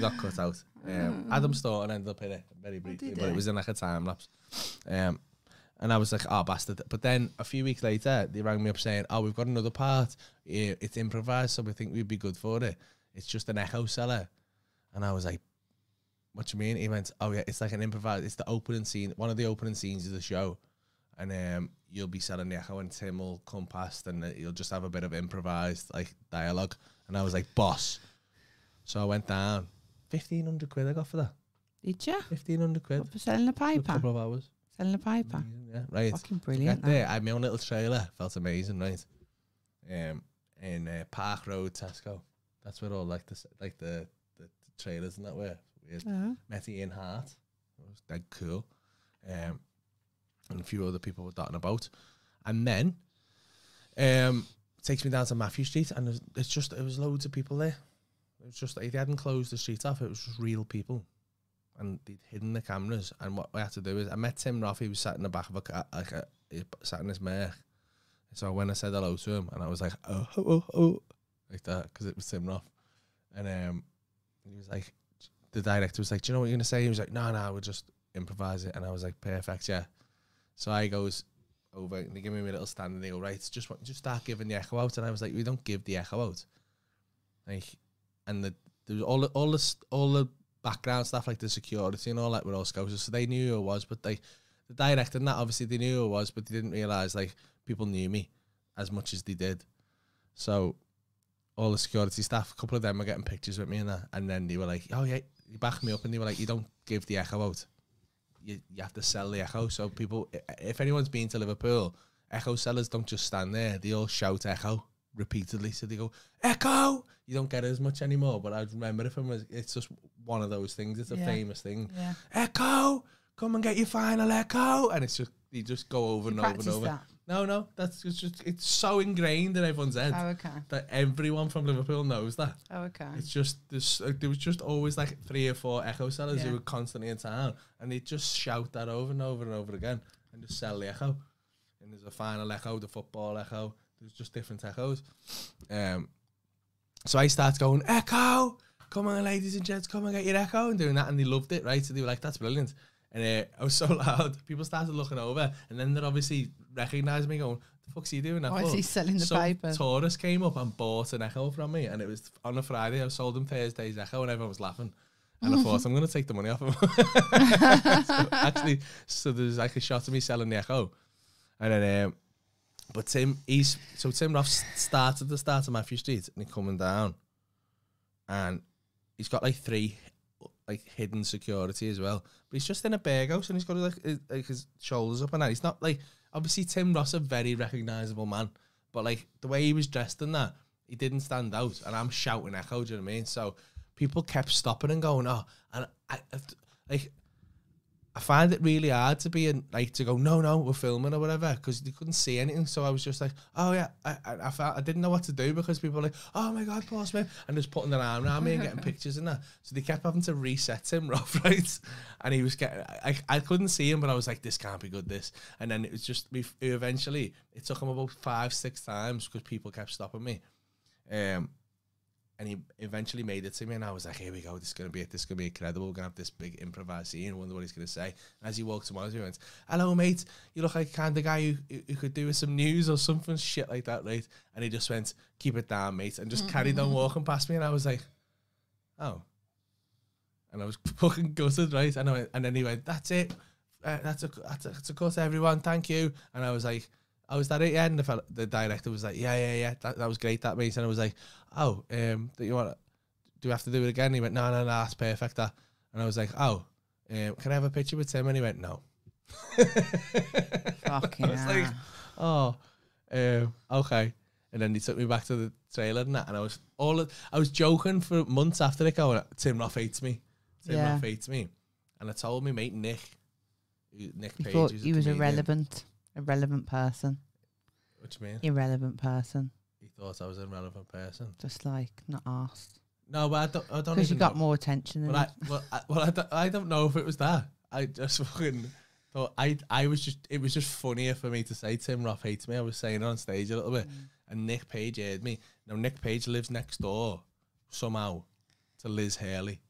S3: got cut out? Um, Adam Stoughton ended up in it very briefly,
S2: did
S3: but it
S2: he?
S3: was in like a time lapse. Um, and I was like, oh, bastard. But then a few weeks later, they rang me up saying, oh, we've got another part. Yeah, It's improvised, so we think we'd be good for it. It's just an echo cellar. And I was like, what do you mean? He went, oh, yeah, it's like an improvised, it's the opening scene, one of the opening scenes of the show. And um, you'll be selling the echo, and Tim will come past, and uh, you'll just have a bit of improvised like dialogue. And I was like, boss. So I went down. 1500 quid I got for that.
S2: Did you?
S3: 1500 quid.
S2: For selling a
S3: A
S2: paper?
S3: couple of hours.
S2: Selling a paper?
S3: Yeah, right.
S2: Fucking
S3: Got
S2: brilliant. that.
S3: there. I had my own little trailer. Felt amazing, right? Um, in uh, Park Road, Tesco. That's where all like the s- like the the, the trailers and that were. Weird.
S2: Oh.
S3: Metty in Hart. It was dead cool. Um, and a few other people were dotting about. And then um, takes me down to Matthew Street and there's- it's just, it was loads of people there. It was just, they hadn't closed the street off. It was just real people. And they'd hidden the cameras. And what I had to do is, I met Tim Roth. He was sat in the back of a car, like a, he sat in his mare. So when I said hello to him, and I was like, oh, oh, oh, oh like that, because it was Tim Roth. And um, he was like, the director was like, "Do you know what you're gonna say?" He was like, "No, no, we'll just improvise it." And I was like, "Perfect, yeah." So I goes over and they give me my little stand and they go, "Right, just wa- just start giving the echo out." And I was like, "We don't give the echo out." Like, and the there was all the, all the st- all the background stuff like the security and all that were all scouts, so they knew who I was, but they the director and that obviously they knew who I was, but they didn't realize like people knew me as much as they did. So all the security staff, a couple of them were getting pictures with me and that, and then they were like, "Oh yeah, you back me up," and they were like, "You don't give the echo out. You you have to sell the echo." So people, i- if anyone's been to Liverpool, echo sellers don't just stand there; they all shout echo repeatedly. So they go echo. You don't get it as much anymore, but I remember it from. It's just one of those things. It's a
S2: Yeah.
S3: famous thing.
S2: Yeah.
S3: Echo, come and get your final echo, and it's just you just go over
S2: You
S3: and over and
S2: practice
S3: over.
S2: that.
S3: No, no, that's it's just it's so ingrained in everyone's head
S2: Oh, okay.
S3: that everyone from Liverpool knows that.
S2: Oh, okay.
S3: It's just this. Like, there was just always like three or four echo sellers
S2: Yeah.
S3: who were constantly in town, and they just shout that over and over and over again, and just sell the echo. And there's a final echo, the football echo. There's just different echoes. Um, so I start going echo. Come on, ladies and gents, come and get your echo, and doing that, and they loved it, right? So they were like, "That's brilliant." And uh, I was so loud, people started looking over, and then they're obviously recognising me, going, "The fuck's he doing that?"
S2: Why is
S3: for?"
S2: he selling the
S3: Some
S2: paper?
S3: tourist came up and bought an echo from me, and it was on a Friday. I sold him Thursday's echo, and everyone was laughing. And I thought, I'm going to take the money off him. So actually, so there's like a shot of me selling the echo, and then, um, but Tim, he's so Tim Roth s- started the start of Matthew Street, and he's coming down, and he's got like three like hidden security as well. But he's just in a bear house and he's got like his, like his shoulders up and that. He's not like obviously Tim Ross a very recognizable man, but like the way he was dressed in that, he didn't stand out. And I'm shouting echo. Do you know what I mean? So people kept stopping and going, oh, and I I- like. I find it really hard to be in, like to go no no we're filming or whatever because you couldn't see anything so I was just like oh yeah I I, I, felt, I didn't know what to do because people were like oh my god Paul Smith and just putting their arm around me and getting pictures and that so they kept having to reset him rough right and he was getting I, I couldn't see him but I was like this can't be good this and then it was just we eventually it took him about five six times because people kept stopping me um and he eventually made it to me, and I was like, "Here we go. This is gonna be it. This is gonna be incredible. We're gonna have this big improvised scene. Wonder what he's gonna say." And as he walked towards me, he went, "Hello, mate. You look like the kind of guy who, who- who could do with some news or something shit like that, right?" And he just went, "Keep it down, mate," and just carried on walking past me, and I was like, "Oh." And I was fucking gutted, right? And I went, and then he went, "That's it. Uh, that's a that's a, that's a cut, everyone. Thank you." And I was like. I was that it, yeah, and the, fella, the director was like, yeah, yeah, yeah, that, that was great, that mate. And I was like, oh, um, do you want? Do we have to do it again? He went, no, no, no, that's perfect. That. And I was like, oh, um, can I have a picture with Tim? And he went, no.
S2: Fucking
S3: I was like,
S2: hell.
S3: oh, um, okay. And then he took me back to the trailer and that, and I was all I was joking for months after it. Going, Tim Roth hates me. Tim
S2: Yeah.
S3: Roth hates me. And I told my mate Nick, who- Nick
S2: You
S3: Page,
S2: thought
S3: who's
S2: he was
S3: comedian.
S2: irrelevant. Irrelevant person.
S3: What do you mean?
S2: Irrelevant person.
S3: thought I was an irrelevant person.
S2: Just like not asked.
S3: No, but I don't. I don't
S2: Because
S3: even
S2: you got
S3: know.
S2: more attention than
S3: Well, I, well, I, well I, don't, I don't know if it was that. I just fucking thought I I was just it was just funnier for me to say Tim Roth hates me. I was saying it on stage a little bit, and Nick Page heard me. Now Nick Page lives next door somehow to Liz Haley,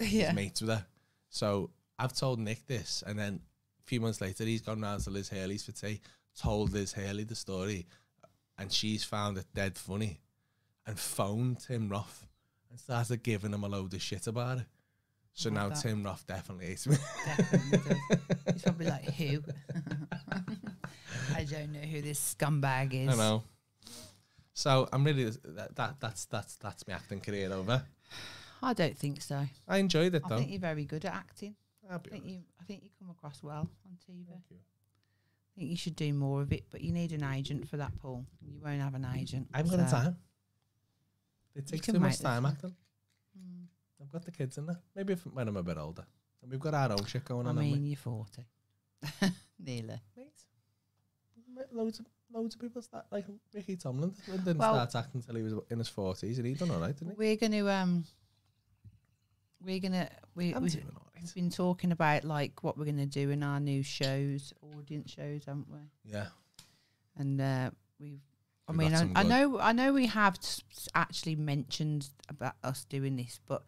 S2: yeah.
S3: his mates with her. So I've told Nick this, and then a few months later he's gone round to Liz Haley's for tea, told Liz Haley the story, and she's found it dead funny, and phoned Tim Roth and started giving him a load of shit about it. So now
S2: that.
S3: Tim Roth definitely hates me.
S2: Definitely does. He's probably like, who? I don't know who this scumbag is.
S3: I know. So I'm really that, that that's that's that's my acting career over.
S2: I don't think so.
S3: I enjoyed it
S2: I
S3: though.
S2: think you're very good at acting.
S3: I'll be
S2: I think
S3: honest.
S2: you, I think you come across well on TV.
S3: Thank you.
S2: I think you should do more of it, but you need an agent for that, Paul. You won't have an agent.
S3: I've got the
S2: so-
S3: time. It takes
S2: can
S3: too
S2: make
S3: much
S2: this
S3: time
S2: work.
S3: acting.
S2: Mm.
S3: I've got the kids in there. Maybe if, when I'm a bit older. And we've got our own shit going
S2: I
S3: on. haven't
S2: mean, you're 40. Nearly.
S3: we? Mate, loads of loads of people start like Ricky Tomlin didn't
S2: Well-
S3: start acting until he was in his forties, and he done all right, didn't he?
S2: We're going to, um, we're going to, we,
S3: I'm
S2: we-
S3: doing all right.
S2: we've been talking about like what we're going to do in our new shows, audience shows, haven't we?
S3: Yeah,
S2: and uh, we've. I
S3: We've
S2: mean,
S3: got
S2: I,
S3: some
S2: I
S3: good-
S2: know, I know, we have s- s- actually mentioned about us doing this, but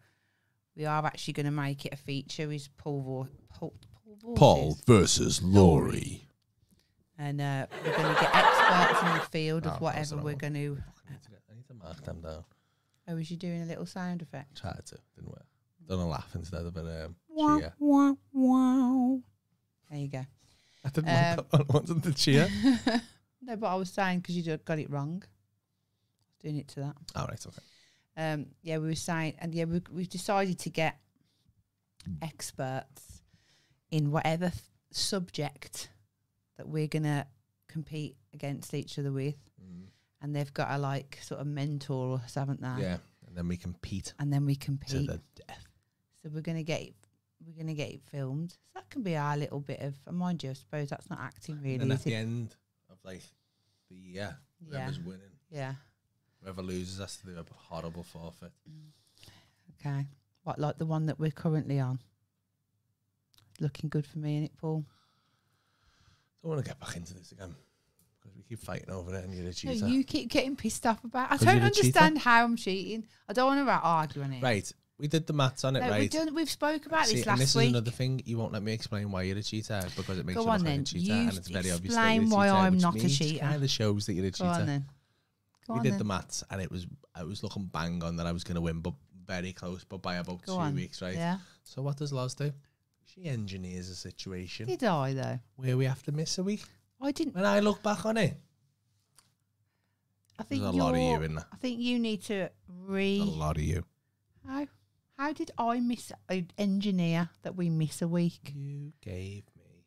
S2: we are actually going to make it a feature. Is Paul Vor- Paul, Paul, Vorses.
S3: versus
S2: Laurie. and uh, we're going to get experts in the field
S3: Oh,
S2: of
S3: that's
S2: whatever
S3: another
S2: we're
S3: one.
S2: going to.
S3: I need to get- I need to mark them down.
S2: Oh, is you doing a little sound effect?
S3: Tried to, didn't work. Done a laugh instead of a um,
S2: Wow,
S3: cheer.
S2: wow, wow. There you go.
S3: I didn't
S2: Um,
S3: want that one. I wanted the cheer.
S2: No, but I was saying because you got it wrong. Doing it to that.
S3: All right, okay.
S2: um, yeah, we were saying, and yeah, we, we've decided to get experts in whatever f- subject that we're gonna compete against each other with,
S3: Mm.
S2: and they've got to like sort of mentor us, haven't they?
S3: Yeah, and then we compete
S2: And then we
S3: to
S2: compete.
S3: the death.
S2: So we're gonna get it, we're gonna get it filmed. So that can be our little bit of, and mind you, I suppose that's not acting
S3: And
S2: really,
S3: then at
S2: is
S3: the
S2: it?
S3: end of like the year,
S2: Yeah,
S3: whoever's winning,
S2: yeah.
S3: whoever loses has to do a horrible forfeit.
S2: Okay. What like the one that we're currently on? Looking good for me, in it, Paul?
S3: Don't want to get back into this again because we keep fighting over it, and you're a
S2: No,
S3: cheater.
S2: you keep getting pissed off about. I
S3: 'Cause
S2: don't
S3: you're a cheater.
S2: understand how I'm cheating. I don't want to argue on it.
S3: Right, we did the maths on it,
S2: No, we've
S3: right?
S2: done. We've spoke about
S3: See,
S2: this
S3: and
S2: last
S3: this
S2: week.
S3: is another thing you won't let me explain why you're a cheater because it makes
S2: Go
S3: you look
S2: on
S3: like a
S2: then,
S3: cheater,
S2: you
S3: and it's very obvious that
S2: explain
S3: you're a
S2: why
S3: cheater,
S2: I'm
S3: which
S2: not a
S3: means
S2: cheater.
S3: Kind of shows that you're a cheater.
S2: Go on then. Go
S3: we
S2: on
S3: did
S2: then.
S3: the maths and it was I was looking bang on that I was going to win, but very close, but by about
S2: Go
S3: two
S2: on.
S3: weeks, right?
S2: Yeah.
S3: So what does Loz do? She engineers a situation
S2: Did I though?
S3: where we have to miss a week.
S2: I didn't.
S3: When I look back on it,
S2: I think
S3: there's a lot of you
S2: you're-
S3: in there.
S2: I think you need to
S3: A
S2: re.
S3: lot of you.
S2: How, how did I miss I engineer that we miss a week?
S3: You gave me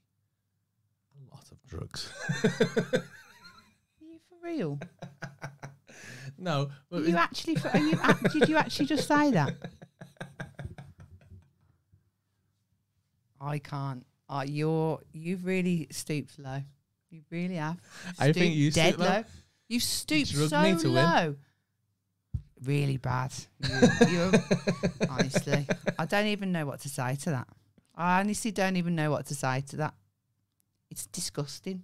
S3: a lot of drugs.
S2: Are you for real?
S3: no,
S2: Are
S3: but
S2: you actually? For, are you? act- Did you actually just say that? I can't. Uh, you're you've really stooped low. You really have.
S3: I think
S2: Stooped
S3: you
S2: dead
S3: stooped low.
S2: You've stooped
S3: drugged
S2: so
S3: me to win.
S2: low. Really bad. You, you're, honestly, I don't even know what to say to that. I honestly don't even know what to say to that. It's disgusting.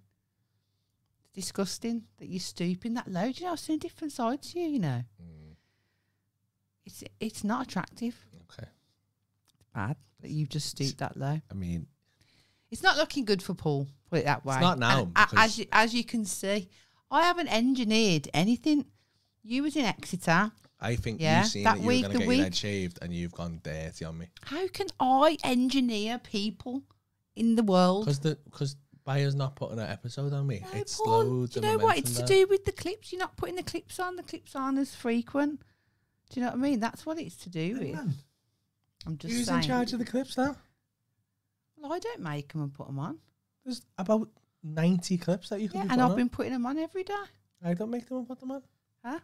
S2: disgusting that you're stooping that low. Do you know, I've seen different sides to you. You know,
S3: Mm,
S2: it's it's not attractive.
S3: okay.
S2: bad that you've just stooped that low.
S3: I mean,
S2: It's not looking good for Paul. Put it that way.
S3: not now,
S2: And a-
S3: because-
S2: as you, as you can see, I haven't engineered anything. You was in Exeter.
S3: I think
S2: Yeah,
S3: you've seen
S2: that
S3: that, you were
S2: week,
S3: going
S2: the
S3: to get your
S2: week-
S3: head shaved and you've gone dirty on me.
S2: How can I engineer people in the world?
S3: Because the because Bayer's not putting an episode on me.
S2: No,
S3: it
S2: Paul,
S3: slowed.
S2: do
S3: the
S2: you know what? It's
S3: momentum
S2: to
S3: down.
S2: do with the clips. You're not putting the clips on. The clips aren't as frequent. Do you know what I mean? That's what it's to do with.
S3: Hang on,
S2: I'm just
S3: Who's
S2: saying.
S3: in charge of the clips now?
S2: Well, I don't make them and put them on.
S3: There's about ninety clips that you
S2: Yeah,
S3: can.
S2: and
S3: be putting
S2: I've
S3: on.
S2: been putting them on every day.
S3: I don't make them and put them on.
S2: Huh?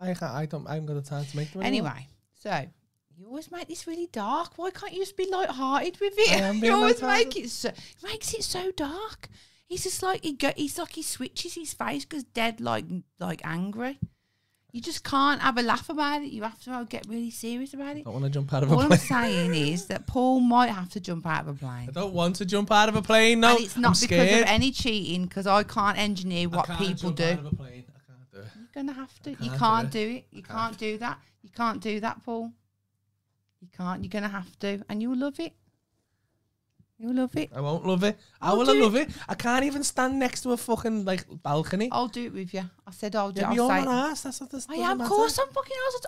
S3: I can't, I don't. I haven't got the time to make them. anymore.
S2: Anyway, so you always make this really dark. Why can't you just be light-hearted with it?
S3: I am
S2: you
S3: being
S2: always
S3: lighthearted.
S2: make it so it makes it so dark. He's just like he go, he's like he switches his face goes dead like like angry. You just can't have a laugh about it. You have to get really serious about it.
S3: I want to jump out of a
S2: All I'm
S3: plane.
S2: saying is that Paul might have to jump out of a plane.
S3: I don't want to jump out of a plane. No,
S2: and it's not
S3: I'm
S2: because
S3: scared.
S2: of any cheating, because I can't engineer what people do.
S3: a plane. I can't do it.
S2: You're gonna have to. you
S3: can't do
S2: can't
S3: it.
S2: do it. You
S3: can't.
S2: can't. do that. You can't do that, Paul. You can't. You're gonna have to, and you'll love it. You'll love it.
S3: I won't love it. How
S2: I'll
S3: will I
S2: do it.
S3: love it? I can't even stand next to a fucking like balcony.
S2: I'll do it with you. I said Oh, I'll do.
S3: Yeah,
S2: it.
S3: you're
S2: I'll say.
S3: not ass. That's not the
S2: I am. Of course, I'm fucking arsed.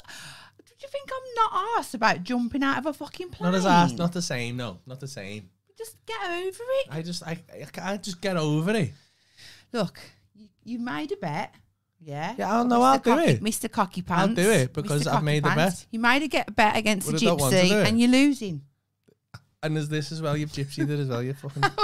S2: Do you think I'm not arsed about jumping out of a fucking plane?
S3: Not as ass. Not the same. No, not the same.
S2: Just get over it.
S3: I just, I, I can't just get over it.
S2: Look, you, you made a bet. Yeah.
S3: Yeah, I'll know, I'll do
S2: Cocky-
S3: it.
S2: Mr. Cocky Pants.
S3: I'll do it because I've
S2: Cocky
S3: made the
S2: Pants.
S3: bet.
S2: You made a get bet against
S3: Well,
S2: a
S3: I don't want to do
S2: gypsy
S3: it.
S2: and you're losing.
S3: And there's this as well. You've gypsied it as well. You fucking, fucking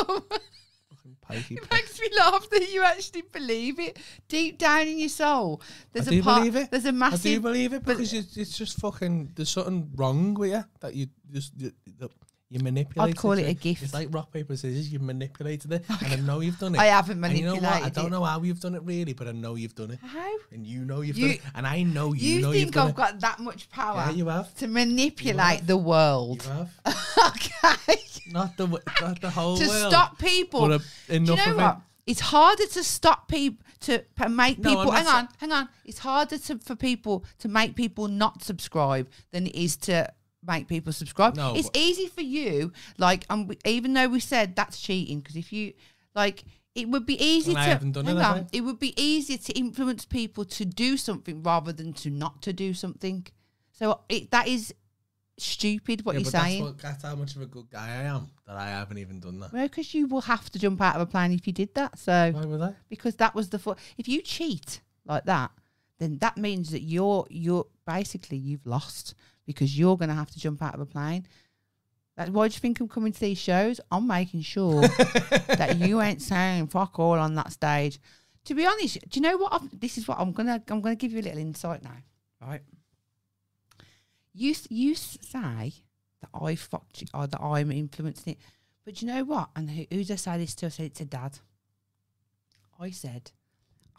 S3: pikey.
S2: It makes me laugh that you actually believe it deep down in your soul. There's
S3: I
S2: a
S3: do
S2: part,
S3: believe it.
S2: There's a
S3: I do
S2: massive.
S3: believe it
S2: but-
S3: because it's, it's just fucking. There's something wrong with you that you just you, that you manipulate.
S2: call it a
S3: It's
S2: gift. Oh
S3: like rock paper scissors. You manipulated it, and I know you've done it.
S2: I haven't
S3: And you know what? I
S2: manipulated
S3: don't
S2: it.
S3: know how you've done it really, but I know you've done it,
S2: How?
S3: and you know you've
S2: You-
S3: done it, and I know you,
S2: You,
S3: know you've
S2: think
S3: done
S2: I've
S3: it.
S2: got that much power
S3: yeah, you have.
S2: to manipulate the world?
S3: You have.
S2: okay.
S3: not the w- not the whole
S2: to
S3: world.
S2: stop people.
S3: But uh,
S2: Do you
S3: enough
S2: know
S3: of
S2: what?
S3: it.
S2: It's harder to stop people to p- make
S3: No, I'm
S2: people.
S3: not
S2: hang
S3: sa-
S2: on, hang on. It's harder to, for people to make people not subscribe than it is to make people subscribe.
S3: No,
S2: it's
S3: but-
S2: easy for you, like, um, we- even though we said that's cheating, because if you like. It would be easy
S3: And I
S2: to
S3: haven't done it,
S2: hang
S3: have
S2: on.
S3: I?
S2: It would be easier to influence people to do something rather than to not to do something. So it, that is stupid what
S3: yeah,
S2: you're
S3: but
S2: saying.
S3: That's, what, that's how much of a good guy I am that I haven't even done that.
S2: Well, because you will have to jump out of a plane if you did that. So
S3: Why would I?
S2: because that was the fu- if you cheat like that, then that means that you're you're basically you've lost because you're going to have to jump out of a plane. That's why do you think I'm coming to these shows? I'm making sure that you ain't saying fuck all on that stage. To be honest, do you know what? I've, this is what I'm gonna I'm gonna give you a little insight now. Right? You s- you s- say that I fucked you, or that I'm influencing it, but do you know what? And who, who's I say this to? I said it to Dad. I said,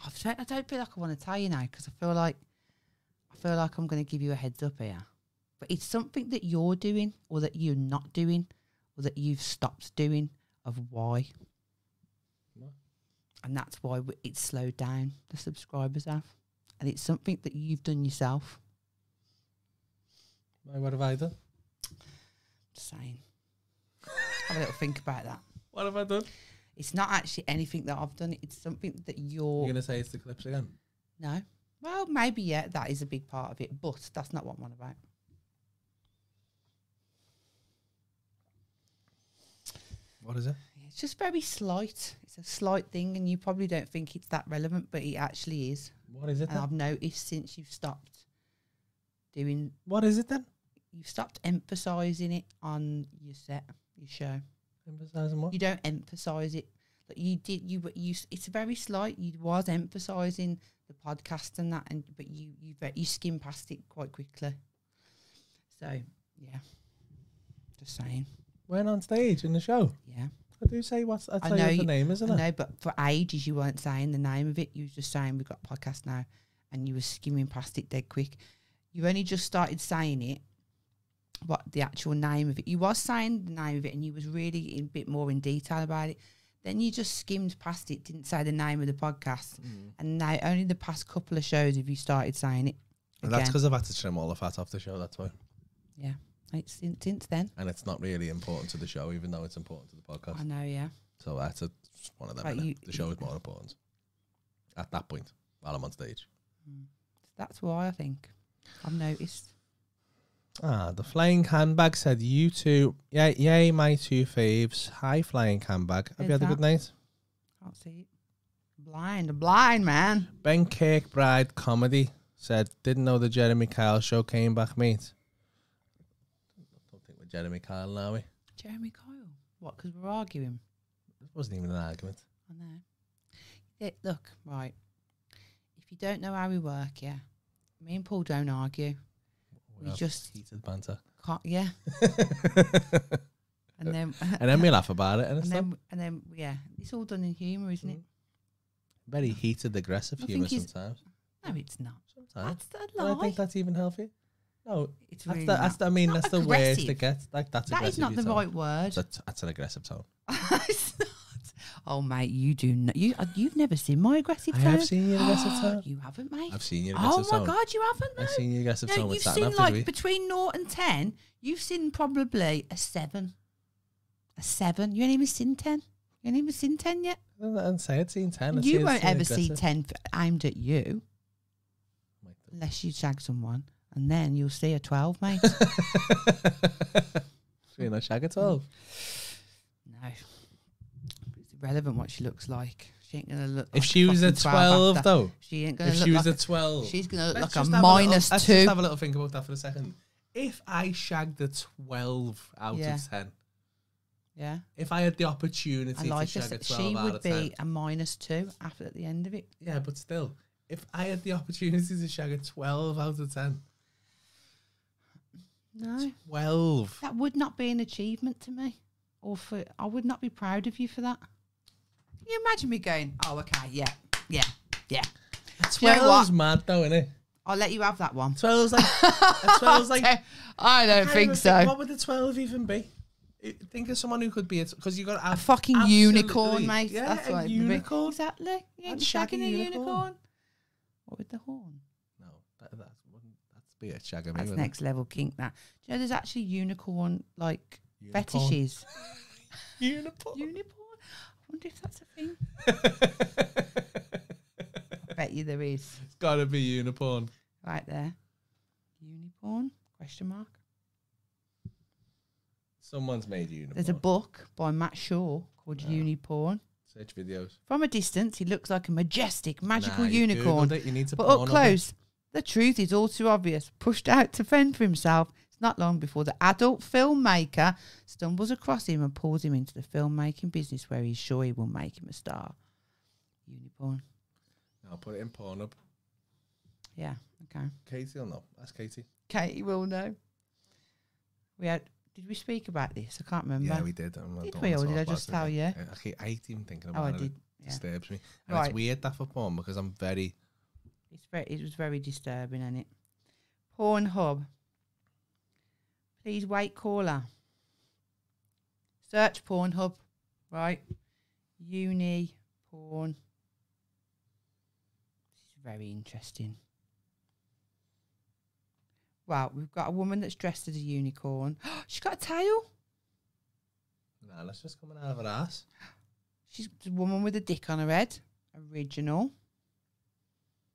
S2: I've said I don't feel like I want to tell you now because I feel like I feel like I'm going to give you a heads up here, but it's something that you're doing or that you're not doing or that you've stopped doing of why,
S3: What?
S2: and that's why w- it's slowed down. The subscribers have, and it's something that you've done yourself.
S3: Why what have I done?
S2: Just saying, have a little think about that.
S3: What have I done?
S2: It's not actually anything that I've done. It's something that you're.
S3: You're gonna say it's the clips again?
S2: No. Well, maybe yeah, that is a big part of it, but that's not what I'm on about.
S3: What is it?
S2: It's just very slight. It's a slight thing, and you probably don't think it's that relevant, but it actually is.
S3: What is it?
S2: And
S3: Then?
S2: I've noticed since you've stopped doing,
S3: What is it then?
S2: you've stopped emphasising it on your set, your show.
S3: Emphasizing what?
S2: You don't emphasise it. But you did. You were- you. s- It's very slight. You was emphasising the podcast and that, and but you you ve- you skim past it quite quickly. So yeah, just saying.
S3: When on stage in the show,
S2: Yeah,
S3: I do say what's I
S2: I
S3: tell you
S2: know
S3: what the
S2: you-
S3: name,
S2: I
S3: isn't it?
S2: know. But for ages, you weren't saying the name of it. You were just saying we've got a podcast now, and you were skimming past it dead quick. You only just started saying it. What the actual name of it? You was saying the name of it, and you was really in a bit more in detail about it. Then you just skimmed past it, didn't say the name of the podcast, and now only the past couple of shows have you started saying it.
S3: And that's
S2: again.
S3: because I've had to trim all the fat off the show. That's why,
S2: yeah, it's since, since then.
S3: and it's not really important to the show, even though it's important to the podcast.
S2: I know, yeah.
S3: So that's a, it's one of them.
S2: But
S3: innit?
S2: you-
S3: the show is more important at that point while I'm on stage.
S2: That's why I think I've noticed.
S3: Ah, the flying handbag said, "You two, yeah, yay, my two faves. Hi, flying handbag. Have you
S2: Who's
S3: had a good
S2: that?
S3: night?"
S2: Can't see it. Blind, a blind man.
S3: Ben Kirkbride comedy said, "Didn't know the Jeremy Kyle show came back, mate." I don't think we're Jeremy Kyle now. eh? Are we? It
S2: Jeremy Kyle. What? Because we're arguing.
S3: wasn't even an argument.
S2: I know. Yeah, look, right. If you don't know how we work, yeah, me and Paul don't argue. We
S3: Well,
S2: just
S3: heated banter,
S2: can't, yeah. and then,
S3: and then we laugh about it, and it's
S2: and
S3: not
S2: then, and then, yeah, it's all done in humour, isn't it?
S3: very heated, aggressive
S2: I
S3: humor
S2: think he's-
S3: sometimes.
S2: No, it's not.
S3: Sometimes.
S2: That's a
S3: But Mm. I
S2: lie.
S3: think that's even healthy. No,
S2: It's
S3: that's
S2: really
S3: the, that's
S2: not.
S3: the, I mean
S2: Not
S3: that's the worst
S2: aggressive.
S3: it gets. Like that's
S2: That is
S3: aggressive,
S2: not the
S3: you tell.
S2: right word.
S3: That's, that's an aggressive tone.
S2: it's not. Oh, mate, you do not. You, uh, you've never seen my aggressive
S3: I
S2: tone.
S3: have seen your aggressive tone.
S2: You haven't, mate.
S3: I've seen your
S2: oh,
S3: aggressive
S2: my
S3: tone.
S2: God, you haven't, though.
S3: I've seen your aggressive tone
S2: no,
S3: with
S2: you've
S3: Saturn
S2: seen
S3: after
S2: like
S3: like,
S2: between naught and ten, you've seen probably a seven, a seven. You ain't even seen ten. You ain't even seen ten yet.
S3: and say it's seen ten.
S2: And
S3: I've
S2: you
S3: seen-
S2: won't
S3: seen
S2: ever see
S3: aggressive.
S2: ten f- aimed at you unless you shag someone, and then you'll see a twelve, mate.
S3: Between a shag at
S2: Oh,
S3: twelve.
S2: no, it's irrelevant what she looks like. She ain't gonna look.
S3: If
S2: like
S3: she was a
S2: fucking
S3: twelve,
S2: after.
S3: though,
S2: she ain't gonna
S3: if
S2: look
S3: she was
S2: like
S3: a twelve,
S2: She's gonna look
S3: Let's
S2: like
S3: just
S2: a
S3: have little-
S2: minus
S3: let's
S2: two.
S3: Just have a little think about that for a second. If I shagged a twelve out
S2: Yeah.
S3: of ten,
S2: yeah,
S3: if I had the
S2: I
S3: opportunity
S2: like
S3: to shag
S2: her.
S3: a
S2: s-
S3: twelve
S2: She
S3: out
S2: would
S3: of
S2: be
S3: ten,
S2: a minus two after at the end of it.
S3: yeah, but still, if I had the opportunity to shag a twelve out of ten,
S2: No,
S3: twelve.
S2: that would not be an achievement to me, or for I would not be proud of you for that. Can you imagine me going, "Oh, okay, yeah, yeah, yeah." you know
S3: Twelve's
S2: what?
S3: mad though, isn't it?
S2: I'll let you have that one.
S3: Twelve's like, a twelve's like
S2: I don't
S3: can't
S2: think
S3: even
S2: so.
S3: What would the twelve even be? I- Think of someone who could be it because you got
S2: A fucking unicorn, mate.
S3: Yeah,
S2: That's
S3: a
S2: what it'd be.
S3: unicorn.
S2: Exactly. You ain't
S3: I'd shag a
S2: shagging a unicorn.
S3: unicorn.
S2: What with the horn?
S3: No, that, that wouldn't. That's be a shag.
S2: That's next level kink. That. Do you know? There's actually unicorn like fetishes.
S3: Unicorn.
S2: Unicorn. I wonder if that's a thing. I bet you there is.
S3: It's gotta be unicorn.
S2: Right there. Unicorn? Question mark.
S3: Someone's made unicorn.
S2: There's a book by Matt Shaw called Unicorn.
S3: Search videos.
S2: From a distance, he looks like a majestic, magical
S3: Nah, you
S2: unicorn.
S3: Googled it, You need to
S2: But
S3: porn
S2: up
S3: it.
S2: close, the truth is all too obvious. Pushed out to fend for himself, it's not long before the adult filmmaker stumbles across him and pulls him into the filmmaking business where he's sure he will make him a star. Unicorn.
S3: I'll put it in Pornhub.
S2: Yeah, okay.
S3: Katie will know. That's Katie.
S2: Katie will know. We had, did we speak about this? I can't remember.
S3: Yeah, we did. and I
S2: Did
S3: don't
S2: we,
S3: wanna
S2: or
S3: talk
S2: did I
S3: about
S2: just
S3: it
S2: tell
S3: again. I, I, hate- I hate even thinking
S2: oh,
S3: about
S2: I
S3: it.
S2: did.
S3: It
S2: Yeah.
S3: disturbs me. And
S2: Right.
S3: it's weird that for porn because I'm very
S2: It's very, it was very disturbing, and it? Pornhub. Please wait, caller. Search Pornhub, right? Uni porn. This is very interesting. Wow, we've got a woman that's dressed as a unicorn. She's got a tail.
S3: Nah, that's just coming out of her ass.
S2: She's a woman with a dick on her head. Original.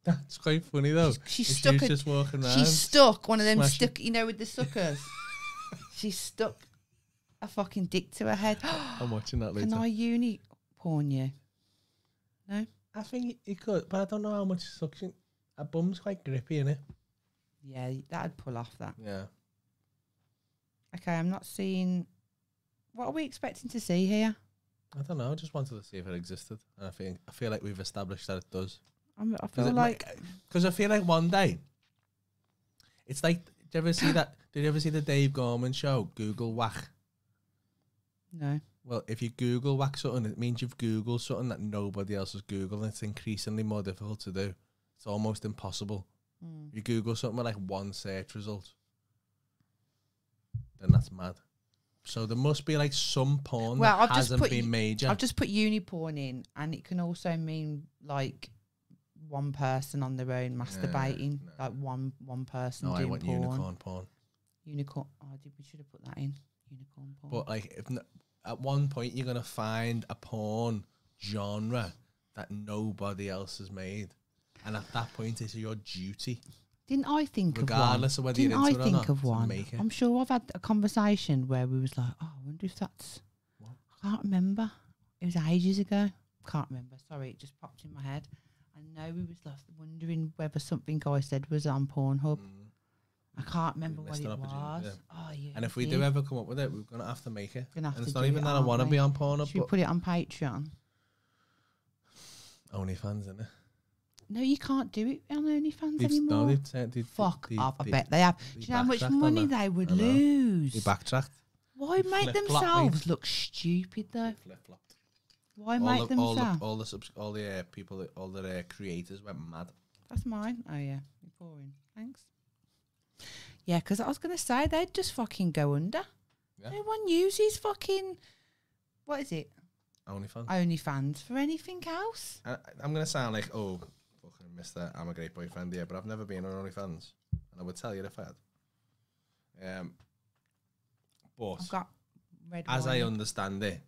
S3: That's quite funny though.
S2: She's
S3: If
S2: stuck
S3: was
S2: a-
S3: just walking around.
S2: She stuck one of them
S3: Smash it.
S2: stuck, you know, with the suckers. she stuck a fucking dick to her head.
S3: I'm watching that later.
S2: Can I uni porn you?
S3: I think it could, but I don't know how much suction. A bum's quite grippy, innit?
S2: Yeah, that'd pull off that.
S3: Yeah.
S2: Okay, I'm not seeing. What are we expecting to see here?
S3: I don't know. I just wanted to see if it existed. And I think I feel like we've established that it does.
S2: I'm, I
S3: Because
S2: feel like
S3: because I feel like one day, it's like. Did you ever see that? Did you ever see the Dave Gorman show? Google whack.
S2: no.
S3: Well, if you Google whack something, it means you've Googled something that nobody else has Googled. And it's increasingly more difficult to do. It's almost impossible.
S2: Mm.
S3: You Google something with like one search result, then that's mad. So there must be like some porn
S2: Well,
S3: that
S2: I've just
S3: hasn't
S2: put
S3: been
S2: y-
S3: major.
S2: I've just put uni porn in, and it can also mean like one person on their own masturbating,
S3: no.
S2: like one one person
S3: no, I
S2: doing
S3: want
S2: porn.
S3: unicorn porn.
S2: Unicorn. Oh, I did, we should have put that in. Unicorn porn.
S3: But like, if n at one point you're gonna find a porn genre that nobody else has made, and at that point it's your duty,
S2: Didn't I think
S3: regardless
S2: of
S3: of
S2: one?
S3: whether
S2: Didn't
S3: you're
S2: I
S3: into it or
S2: think
S3: not,
S2: of
S3: to
S2: one?
S3: make it.
S2: I'm sure I've had a conversation where we was like, "Oh, I wonder if that's."
S3: What?
S2: I can't remember. It was ages ago. Can't remember. Sorry, it just popped in my head. I know we was like wondering whether something I said was on Pornhub.
S3: Mm.
S2: I can't remember what
S3: missed
S2: it
S3: an
S2: was.
S3: opportunity,
S2: Oh yeah.
S3: and if we
S2: did.
S3: do ever come up with it, we're gonna have to make it.
S2: Gonna have
S3: and
S2: to
S3: it's not
S2: do
S3: even
S2: it,
S3: that I
S2: aren't
S3: want to
S2: we?
S3: be on Pornhub,
S2: should we
S3: but
S2: put it on Patreon?
S3: OnlyFans, innit?
S2: No, you can't do it on OnlyFans
S3: They've-
S2: anymore.
S3: No, they've, said- they- they-
S2: Fuck
S3: they-
S2: off! I
S3: they-
S2: bet they have.
S3: they
S2: Do you know how much
S3: backtracked on
S2: money
S3: that.
S2: they would
S3: I know.
S2: lose?
S3: They backtracked.
S2: Why make
S3: flip-flop, mate.
S2: themselves look stupid though?
S3: Flip flopped.
S2: Why
S3: all
S2: make
S3: the, all
S2: themselves?
S3: the all the subs, all the uh, people, that- all the uh, creators went mad.
S2: That's mine. Oh yeah, you're pouring. Thanks. Yeah, because I was gonna say they'd just fucking go under.
S3: Yeah.
S2: No one uses fucking what is it?
S3: OnlyFans.
S2: OnlyFans for anything else.
S3: I, I'm gonna sound like oh, fucking Mister, I'm a great boyfriend here, but I've never been on OnlyFans, and I would tell you if I had. Um, but
S2: I've got red
S3: as I
S2: wine
S3: understand it,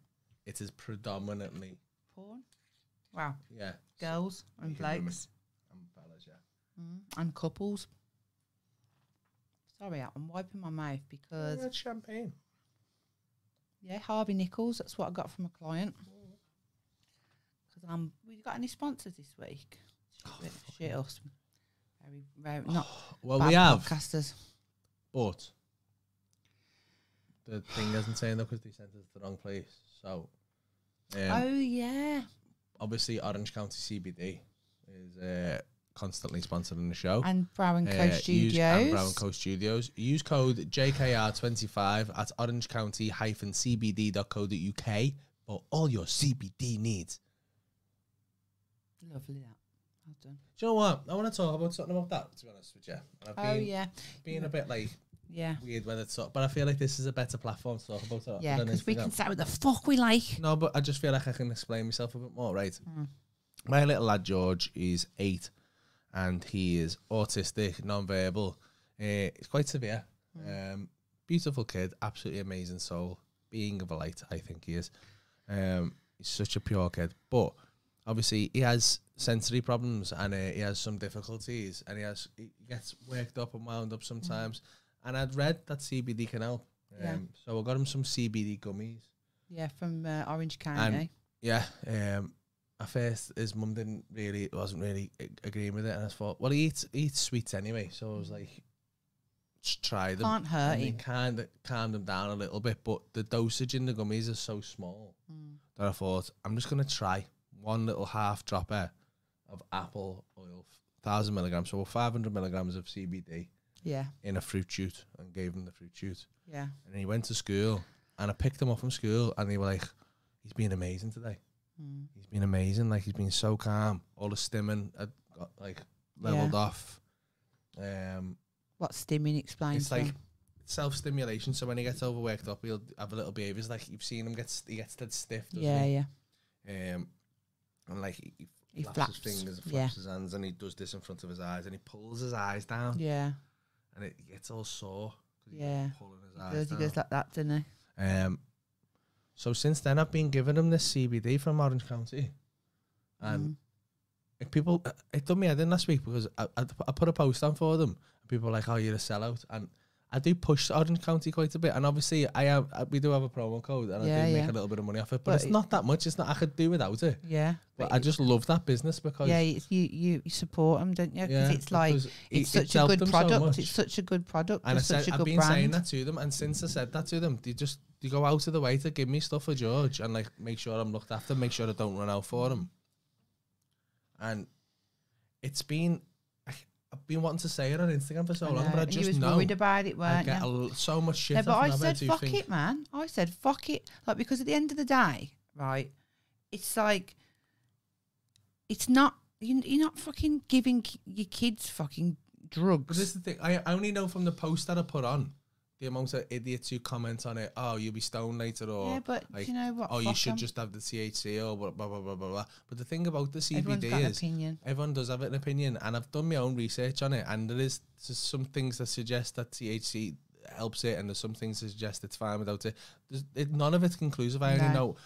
S3: it is predominantly
S2: porn. Wow,
S3: yeah,
S2: girls and
S3: Yeah, women.
S2: blokes
S3: um, fellas, yeah.
S2: mm. and couples. Sorry, I'm wiping my mouth because
S3: Yeah, it's champagne.
S2: Yeah, Harvey Nichols. That's what I got from a client. Because um, we got any sponsors this week? Shit, shit us. Very, very not.
S3: Well,
S2: bad
S3: we have,
S2: podcasters.
S3: but the thing hasn't turned up because they sent us to the wrong place. So, um,
S2: Oh yeah,
S3: obviously, Orange County CBD is uh, constantly sponsoring the show.
S2: and Brown Co
S3: Uh, Use, and
S2: Studios.
S3: Brown Co Studios. Use code JKR25 at orangecounty-cbd.co.uk for all your CBD needs.
S2: Lovely that. Well done.
S3: Do you know what? I want to talk about something about that, to be honest with you. And I've
S2: Oh
S3: been,
S2: yeah,
S3: been a bit like
S2: yeah,
S3: weird when it's up, but I feel like this is a better platform to talk about it.
S2: yeah.
S3: than
S2: Because we
S3: Instagram.
S2: can say what the fuck we like.
S3: No, but I just feel like I can explain myself a bit more, right? My little lad George is eight, and he is autistic, non-verbal. Uh, it's quite severe. Um, beautiful kid, absolutely amazing soul, being of a light. I think he is. Um, he's such a pure kid, but obviously he has sensory problems and uh, he has some difficulties, and he has he gets worked up and wound up sometimes. And I'd read that CBD can help, um,
S2: Yeah.
S3: so I got him some CBD gummies.
S2: Yeah, from uh, Orange County.
S3: Yeah. Um, at first, his mum didn't really, wasn't really ag- agreeing with it, and I thought, well, he eats, he eats sweets anyway, so I was like, just try them.
S2: Can't hurt
S3: and
S2: him.
S3: kind of calmed him down a little bit, but the dosage in the gummies is so small
S2: Mm.
S3: that I thought, I'm just gonna try one little half dropper of apple oil, thousand milligrams, so 500 milligrams of CBD
S2: Yeah,
S3: in a fruit shoot, and gave him the fruit shoot
S2: yeah.
S3: and he went to school and I picked him up from school and they were like, he's been amazing today.
S2: Mm.
S3: He's been amazing. Like he's been so calm. All the stimming had got like leveled
S2: Yeah.
S3: off. Um,
S2: What stimming explains?
S3: it's like
S2: them.
S3: self stimulation. So when he gets overworked up, he'll have a little behaviors like you've seen him get st- he gets dead stiff. Doesn't
S2: yeah,
S3: he?
S2: yeah.
S3: Um, and like he, he,
S2: He
S3: flaps,
S2: flaps.
S3: his fingers, and
S2: yeah,
S3: flaps his hands, and he does this in front of his eyes, and he pulls his eyes down,
S2: yeah.
S3: and it gets all sore. 'cause he's
S2: Yeah.
S3: pulling his
S2: He
S3: eyes
S2: does, he
S3: down.
S2: does like that, doesn't he?
S3: Um, so since then, I've been giving him this CBD from Orange County, and
S2: Mm.
S3: if people, uh, it done me head in last week because I, I, I put a post on for them, and people were like, "Oh, you're a sellout," and I do push Orange County quite a bit, and obviously, I am. I- We do have a promo code, and I
S2: Yeah,
S3: do make
S2: yeah.
S3: a little bit of money off it, but,
S2: But
S3: it's
S2: it-
S3: not that much. It's not. I could do without it,
S2: Yeah.
S3: but I just love that business because
S2: yeah, it's, you, you you support them, don't you? Because
S3: yeah,
S2: it's like
S3: because it-
S2: it's
S3: it's
S2: such a
S3: helped
S2: good
S3: them so
S2: product.
S3: much.
S2: it's such a good product.
S3: And I
S2: it's such
S3: said,
S2: a
S3: I've
S2: good
S3: been saying
S2: brand.
S3: that to them, and since I said that to them, they just they go out of the way to give me stuff for George and like make sure I'm looked after, make sure I don't run out for him. And it's been, I, I've been wanting to say it on Instagram for so
S2: I
S3: long,
S2: know,
S3: but I
S2: and you
S3: just
S2: was
S3: know
S2: worried about it,
S3: I
S2: weren't
S3: get a
S2: you?
S3: l- so much shit.
S2: Yeah, but
S3: off
S2: I
S3: them,
S2: said,
S3: do
S2: "Fuck
S3: think-
S2: it, man." I said, "Fuck it," like because at the end of the day, right? It's like it's not you, you're not fucking giving ki- your kids fucking
S3: But
S2: drugs.
S3: this is the thing. I I only know from the post that I put on the amount of idiots who comment on it. Oh, you'll be stoned later, or
S2: yeah, but
S3: like,
S2: do you know what?
S3: oh, you
S2: Fuck
S3: should
S2: 'em.
S3: just have the THC or blah blah blah blah blah. blah. But the thing about the
S2: Everyone's
S3: CBD
S2: got an
S3: is.
S2: opinion.
S3: Everyone does have an opinion, and I've done my own research on it, and there is there's some things that suggest that THC helps it, and there's some things that suggest it's fine without it. There's, it none of it's conclusive. I
S2: No.
S3: only know,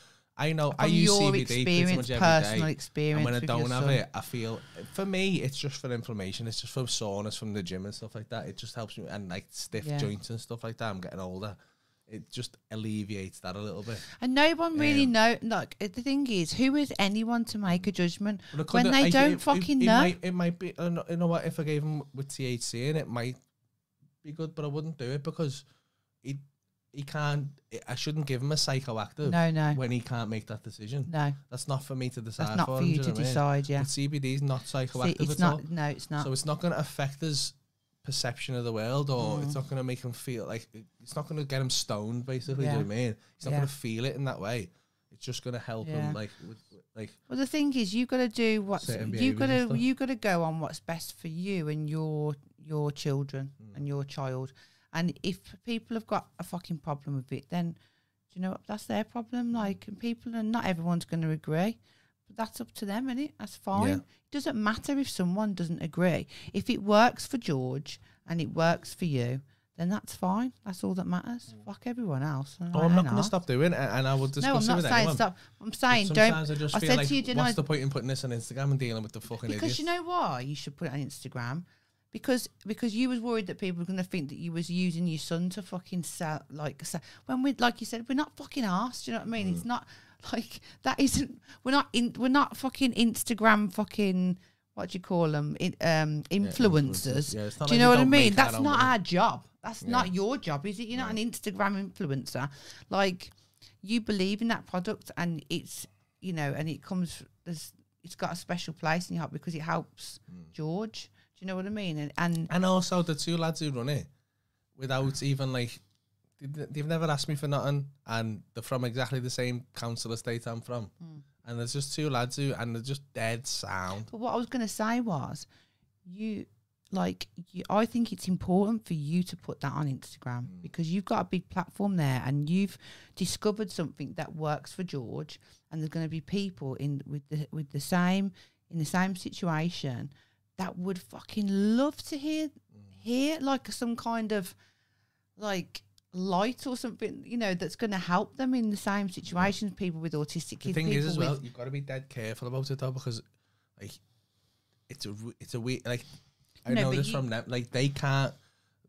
S3: I know, I
S2: From
S3: use
S2: your
S3: CBD pretty
S2: experience,
S3: much every
S2: personal
S3: day,
S2: experience,
S3: and when I
S2: with
S3: don't
S2: your
S3: have
S2: son.
S3: it, I feel for me it's just for inflammation. It's just from soreness from the gym and stuff like that. It just helps me and like stiff
S2: Yeah.
S3: joints and stuff like that. I'm getting older. It just alleviates that a little bit.
S2: And no one really
S3: Um,
S2: know. Look, uh, the thing is, who is anyone to make a judgment
S3: Well, I could-
S2: when they
S3: I-
S2: don't
S3: it- it-
S2: fucking
S3: it,
S2: know?
S3: Might, it might be. I know- You know what? If I gave him with THC in, it might be good, but I wouldn't do it because he he can't. I shouldn't give him a psychoactive
S2: no, no,
S3: when he can't make that decision.
S2: no.
S3: That's not for me to decide.
S2: That's not for
S3: him, do
S2: you
S3: know
S2: to
S3: what I mean?
S2: decide. Yeah,
S3: But CBD is not
S2: See,
S3: psychoactive
S2: it's
S3: at all,
S2: not. No, it's not.
S3: so it's not going to affect his perception of the world, or
S2: Mm.
S3: it's not going to make him feel like it's not going to get him stoned. Basically, do you know what I mean? He's not
S2: Yeah.
S3: going to feel it in that way. It's just gonna help
S2: Yeah.
S3: him like with, with- like
S2: Well, the thing is, you've got to do what's
S3: Certain
S2: you've got
S3: behaviours and
S2: to
S3: stuff.
S2: you've got to go on what's best for you and your your children
S3: Mm.
S2: and your child. And if people have got a fucking problem with it, then do you know what? That's their
S3: Mm.
S2: problem. Like, and people and not everyone's going to agree, but that's up to them, is it? That's fine.
S3: Yeah.
S2: It doesn't matter if someone doesn't agree. If it works for George and it works for you, then that's fine. That's all that matters. Fuck everyone else. And
S3: Mm. oh,
S2: like,
S3: I'm not
S2: they're
S3: gonna stop doing it, and I will discuss
S2: No, I'm
S3: it
S2: not
S3: with
S2: saying
S3: anyone.
S2: stop. I'm saying don't.
S3: Sometimes I just
S2: I
S3: feel
S2: said
S3: like,
S2: to you, didn't I?
S3: what's the point in putting this on Instagram and dealing with the fucking
S2: because
S3: idiots?
S2: you know why you should put it on Instagram because because you was worried that people were going to think that you was using your son to fucking sell like sell. when we like you said we're not fucking asked you know what I mean it's not like that isn't we're not in we're not fucking Instagram fucking what do you call them in, um influencers
S3: influencers. Yeah, it's not
S2: do you
S3: like
S2: know
S3: we
S2: what I
S3: don't
S2: mean
S3: make our
S2: that's
S3: own
S2: not
S3: money.
S2: our job that's not your job is it you're not an Instagram influencer like you believe in that product and it's you know and it comes there's it's got a special place in your heart because it helps
S3: Mm.
S2: George. Do you know what I mean? And, and
S3: And also the two lads who run it, without even like, they- they've never asked me for nothing, and they're from exactly the same council estate I'm from,
S2: Hmm.
S3: and there's just two lads who, and they're just dead sound.
S2: but what I was going to say was, you like you, I think it's important for you to put that on Instagram
S3: Mm.
S2: because you've got a big platform there and you've discovered something that works for George. And there's going to be people in with the with the same in the same situation that would fucking love to hear
S3: Mm.
S2: hear like some kind of like light or something you know that's going to help them in the same situations people with autistic kids
S3: Mm. The thing
S2: people
S3: is, as
S2: with
S3: well, you've got to be dead careful about it though, because like, it's a w- it's a weird like, I
S2: No,
S3: know
S2: but
S3: this
S2: you-
S3: from them. Like they can't,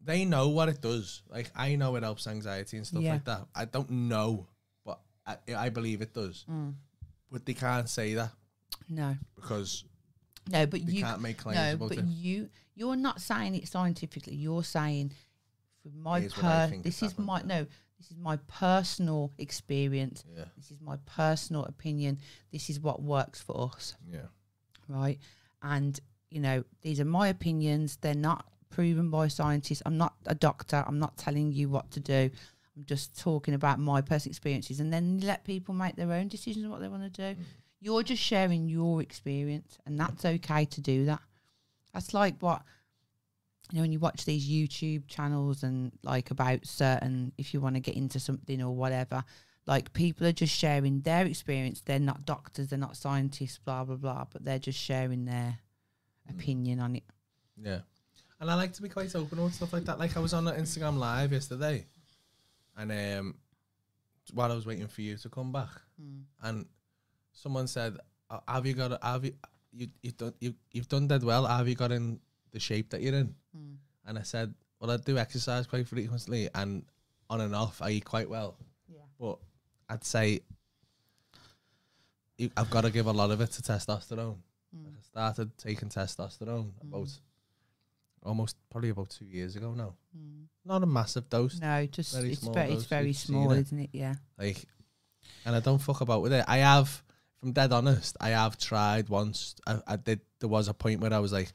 S3: they know what it does. Like I know it helps anxiety and stuff
S2: Yeah.
S3: like that. I don't know, but I, I believe it does.
S2: Mm.
S3: But they can't say that
S2: no
S3: because
S2: No, but
S3: They
S2: you
S3: can't make claims
S2: no,
S3: about
S2: but
S3: it.
S2: you you're not saying it scientifically. You're saying from my
S3: Here's what I
S2: per-
S3: think
S2: this
S3: has
S2: is my no, this is my personal experience.
S3: yeah,
S2: This is my personal opinion. This is what works for us,
S3: yeah.
S2: right? And you know, these are my opinions. They're not proven by scientists. I'm not a doctor. I'm not telling you what to do. I'm just talking about my personal experiences, and then let people make their own decisions on what they want to do. You're just sharing your experience, and that's okay to do that. That's like what you know when you watch these YouTube channels and like about certain if you want to get into something or whatever. Like people are just sharing their experience. They're not doctors. They're not scientists. Blah blah blah. But they're just sharing their
S3: Mm.
S2: opinion on it.
S3: Yeah. And I like to be quite open with stuff like that. Like I was on an Instagram live yesterday and um while I was waiting for you to come back
S2: Mm-hmm.
S3: and someone said, "Uh, Have you got have you you you've done you you've done dead well, have you got in the shape that you're in? And I said, Well I do exercise quite frequently and on and off I eat quite well.
S2: Yeah.
S3: But I'd say you- I've got to give a lot of it to testosterone. Like I started taking testosterone about almost probably about two years ago now.
S2: Mm.
S3: Not a massive dose,
S2: No, just
S3: Very
S2: it's
S3: small
S2: very it's
S3: doses,
S2: very
S3: you've seen
S2: small,
S3: it.
S2: isn't it? Yeah.
S3: like, and I don't fuck about with it. I have, from dead honest, I have tried once. I, I did. There was a point where I was like,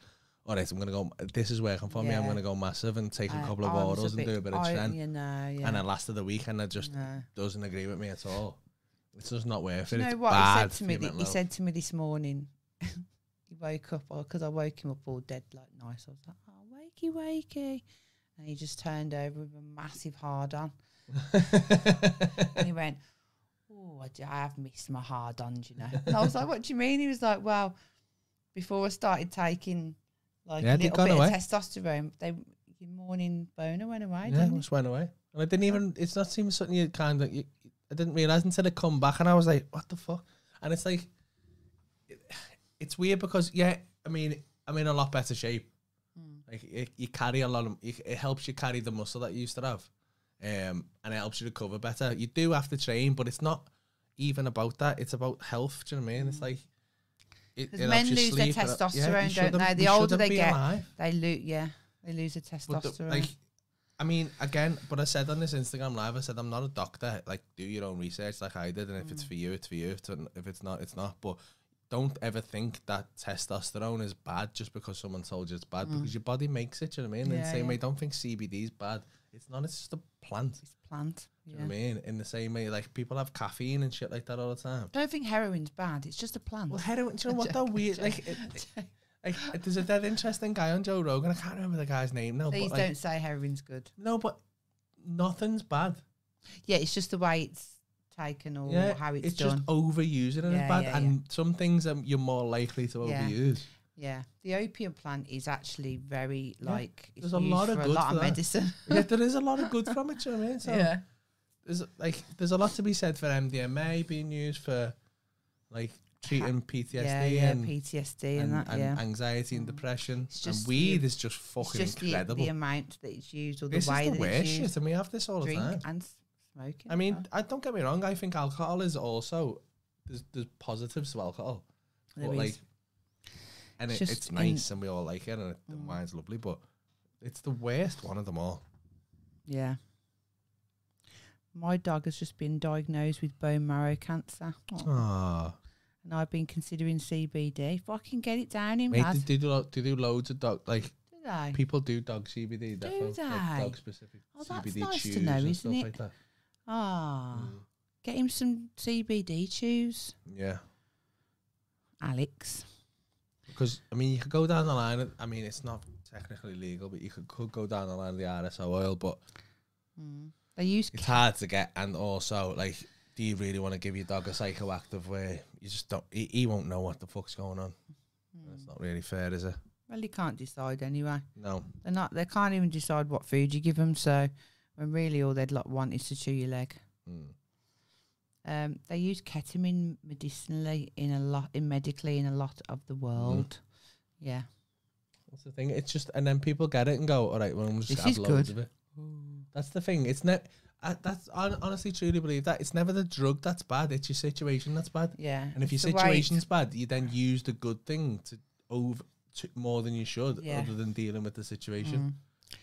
S3: "All right, I'm gonna go. This is working for me. I'm
S2: Yeah. Uh,
S3: gonna go massive and take a
S2: I-
S3: couple of
S2: I was
S3: orders and do a bit of
S2: I-
S3: trend."
S2: You know, yeah.
S3: And I lasted a week, and it just
S2: No.
S3: doesn't agree with me at all. It's just not worth
S2: Do
S3: it.
S2: you know
S3: it's
S2: what he
S3: bad
S2: said to
S3: for
S2: me?
S3: your
S2: Th-
S3: mental
S2: he
S3: health.
S2: said to me this morning. he woke up because I woke him up all dead like nice. I was like, oh, wakey, wakey, and he just turned over with a massive hard on, and he went, oh, I, d- I have missed my hard ons, you know. And I was like, what do you mean? He was like, well, before I started taking like
S3: Yeah,
S2: a
S3: they've
S2: little
S3: gone
S2: bit
S3: away.
S2: of testosterone, they your morning boner went away,
S3: yeah,
S2: didn't it?
S3: just went away. And I didn't even. It's not even something you kind of. You, I didn't realize until it come back, and I was like, "What the fuck?" And it's like, it- it's weird because yeah, I mean, I'm in a lot better shape.
S2: Hmm.
S3: Like it, you carry a lot of. You, it helps you carry the muscle that you used to have, um, and it helps you recover better. You do have to train, but it's not even about that. It's about health. Do you know what I mean? It's like. It,
S2: Hmm. Because
S3: it
S2: men
S3: helps you
S2: lose their
S3: sleep, it- yeah,
S2: testosterone,
S3: you
S2: don't
S3: shouldn't-
S2: they?
S3: you
S2: The older
S3: shouldn't
S2: they
S3: be
S2: get,
S3: alive.
S2: They lose, yeah, they lose the
S3: But the-
S2: testosterone.
S3: like, I mean, again, but I said on this Instagram live, I said I'm not a doctor. Like, do your own research, like I did, and if it's for you, it's for you. If it's, if it's not, it's not. But don't ever think that testosterone is Mm. bad just because someone told you it's bad because your body makes it. You know what I mean? In the
S2: Yeah,
S3: same
S2: yeah.
S3: way, don't think CBD is bad. It's not. It's just a plant.
S2: It's plant.
S3: Do
S2: Yeah.
S3: you know what I mean? In the same way, like people have caffeine and shit like that all the time.
S2: don't think heroin's bad. It's just a plant.
S3: Well, heroin. Do you know what though?
S2: Joking,
S3: Weird.
S2: joking,
S3: Like, it,
S2: joking.
S3: like there's a dead interesting guy on Joe Rogan. I can't remember the guy's name now.
S2: Please
S3: but like,
S2: don't say heroin's good.
S3: No, but nothing's bad.
S2: Yeah, it's just the way it's taken or
S3: yeah,
S2: how it's,
S3: it's
S2: done.
S3: just overusing it
S2: Yeah,
S3: is bad,
S2: yeah,
S3: and some things um, you're more likely to
S2: Yeah.
S3: overuse.
S2: yeah, the opium plant is actually very
S3: Yeah,
S2: like it's
S3: there's a lot
S2: used
S3: of
S2: for a
S3: good
S2: lot
S3: for
S2: of
S3: that.
S2: medicine.
S3: yeah, there is a lot of good from it. do You know what I mean? So there's like there's a lot to be said for MDMA being used for like treating PTSD
S2: yeah, yeah,
S3: and,
S2: PTSD
S3: and,
S2: and, that.
S3: and
S2: yeah, Mm.
S3: anxiety and depression.
S2: It's just
S3: and
S2: the-
S3: weed is just
S2: it's
S3: fucking
S2: just the,
S3: incredible.
S2: the amount that it's used or the
S3: this
S2: way
S3: is the
S2: that
S3: worst
S2: it's used.
S3: shit, and we have this all the
S2: Drink
S3: time.
S2: and s- smoking.
S3: I
S2: as
S3: mean,
S2: well.
S3: I don't get me wrong. I think alcohol is also there's there's positives to alcohol.
S2: There
S3: but
S2: is.
S3: like, and
S2: It's
S3: it,
S2: just Mm.
S3: it's nice, and we all like it, and it, the wine's lovely. But it's the worst one of them all.
S2: Yeah. My dog has just been diagnosed with bone marrow cancer, Aw.
S3: Ah,
S2: and I've been considering CBD. If I can get it down in
S3: mate,
S2: lad,
S3: they,
S2: do
S3: they do lo- they do loads of dog like
S2: they?
S3: people do dog CBD. Do
S2: they?
S3: dog specific
S2: Oh, that's
S3: CBD
S2: nice to
S3: chews
S2: know,
S3: and
S2: isn't
S3: stuff
S2: it?
S3: like that.
S2: Ah,
S3: Mm.
S2: get him some CBD chews,
S3: Yeah,
S2: Alex.
S3: because I mean, you could go down the line. of- I mean, it's not technically legal, but you could, could go down the line of the RSO oil. But
S2: They use
S3: it's hard to get, and also like. Do you really want to give your dog a psychoactive where you just don't? He, he won't know what the fuck's going on.
S2: Mm.
S3: That's not really fair, is it?
S2: well, you can't decide anyway.
S3: No.
S2: They're not. They can't even decide what food you give them. So, when really all they'd like want is to chew your leg.
S3: Mm.
S2: Um, they use ketamine medicinally in a lot, in medically in a lot of
S3: Mm.
S2: the world. Yeah.
S3: That's the thing. It's just, and then people get it and go, all right, well, I'm just
S2: This
S3: gonna
S2: is
S3: have loads
S2: good.
S3: of it. That's the thing. It's not. I, that's I honestly truly believe that it's never the drug that's bad. It's your situation that's bad.
S2: Yeah.
S3: And if your
S2: it's the way it's-
S3: situation's bad, you then use the good thing to over to more than you should,
S2: Yeah. Mm.
S3: other than dealing with the situation.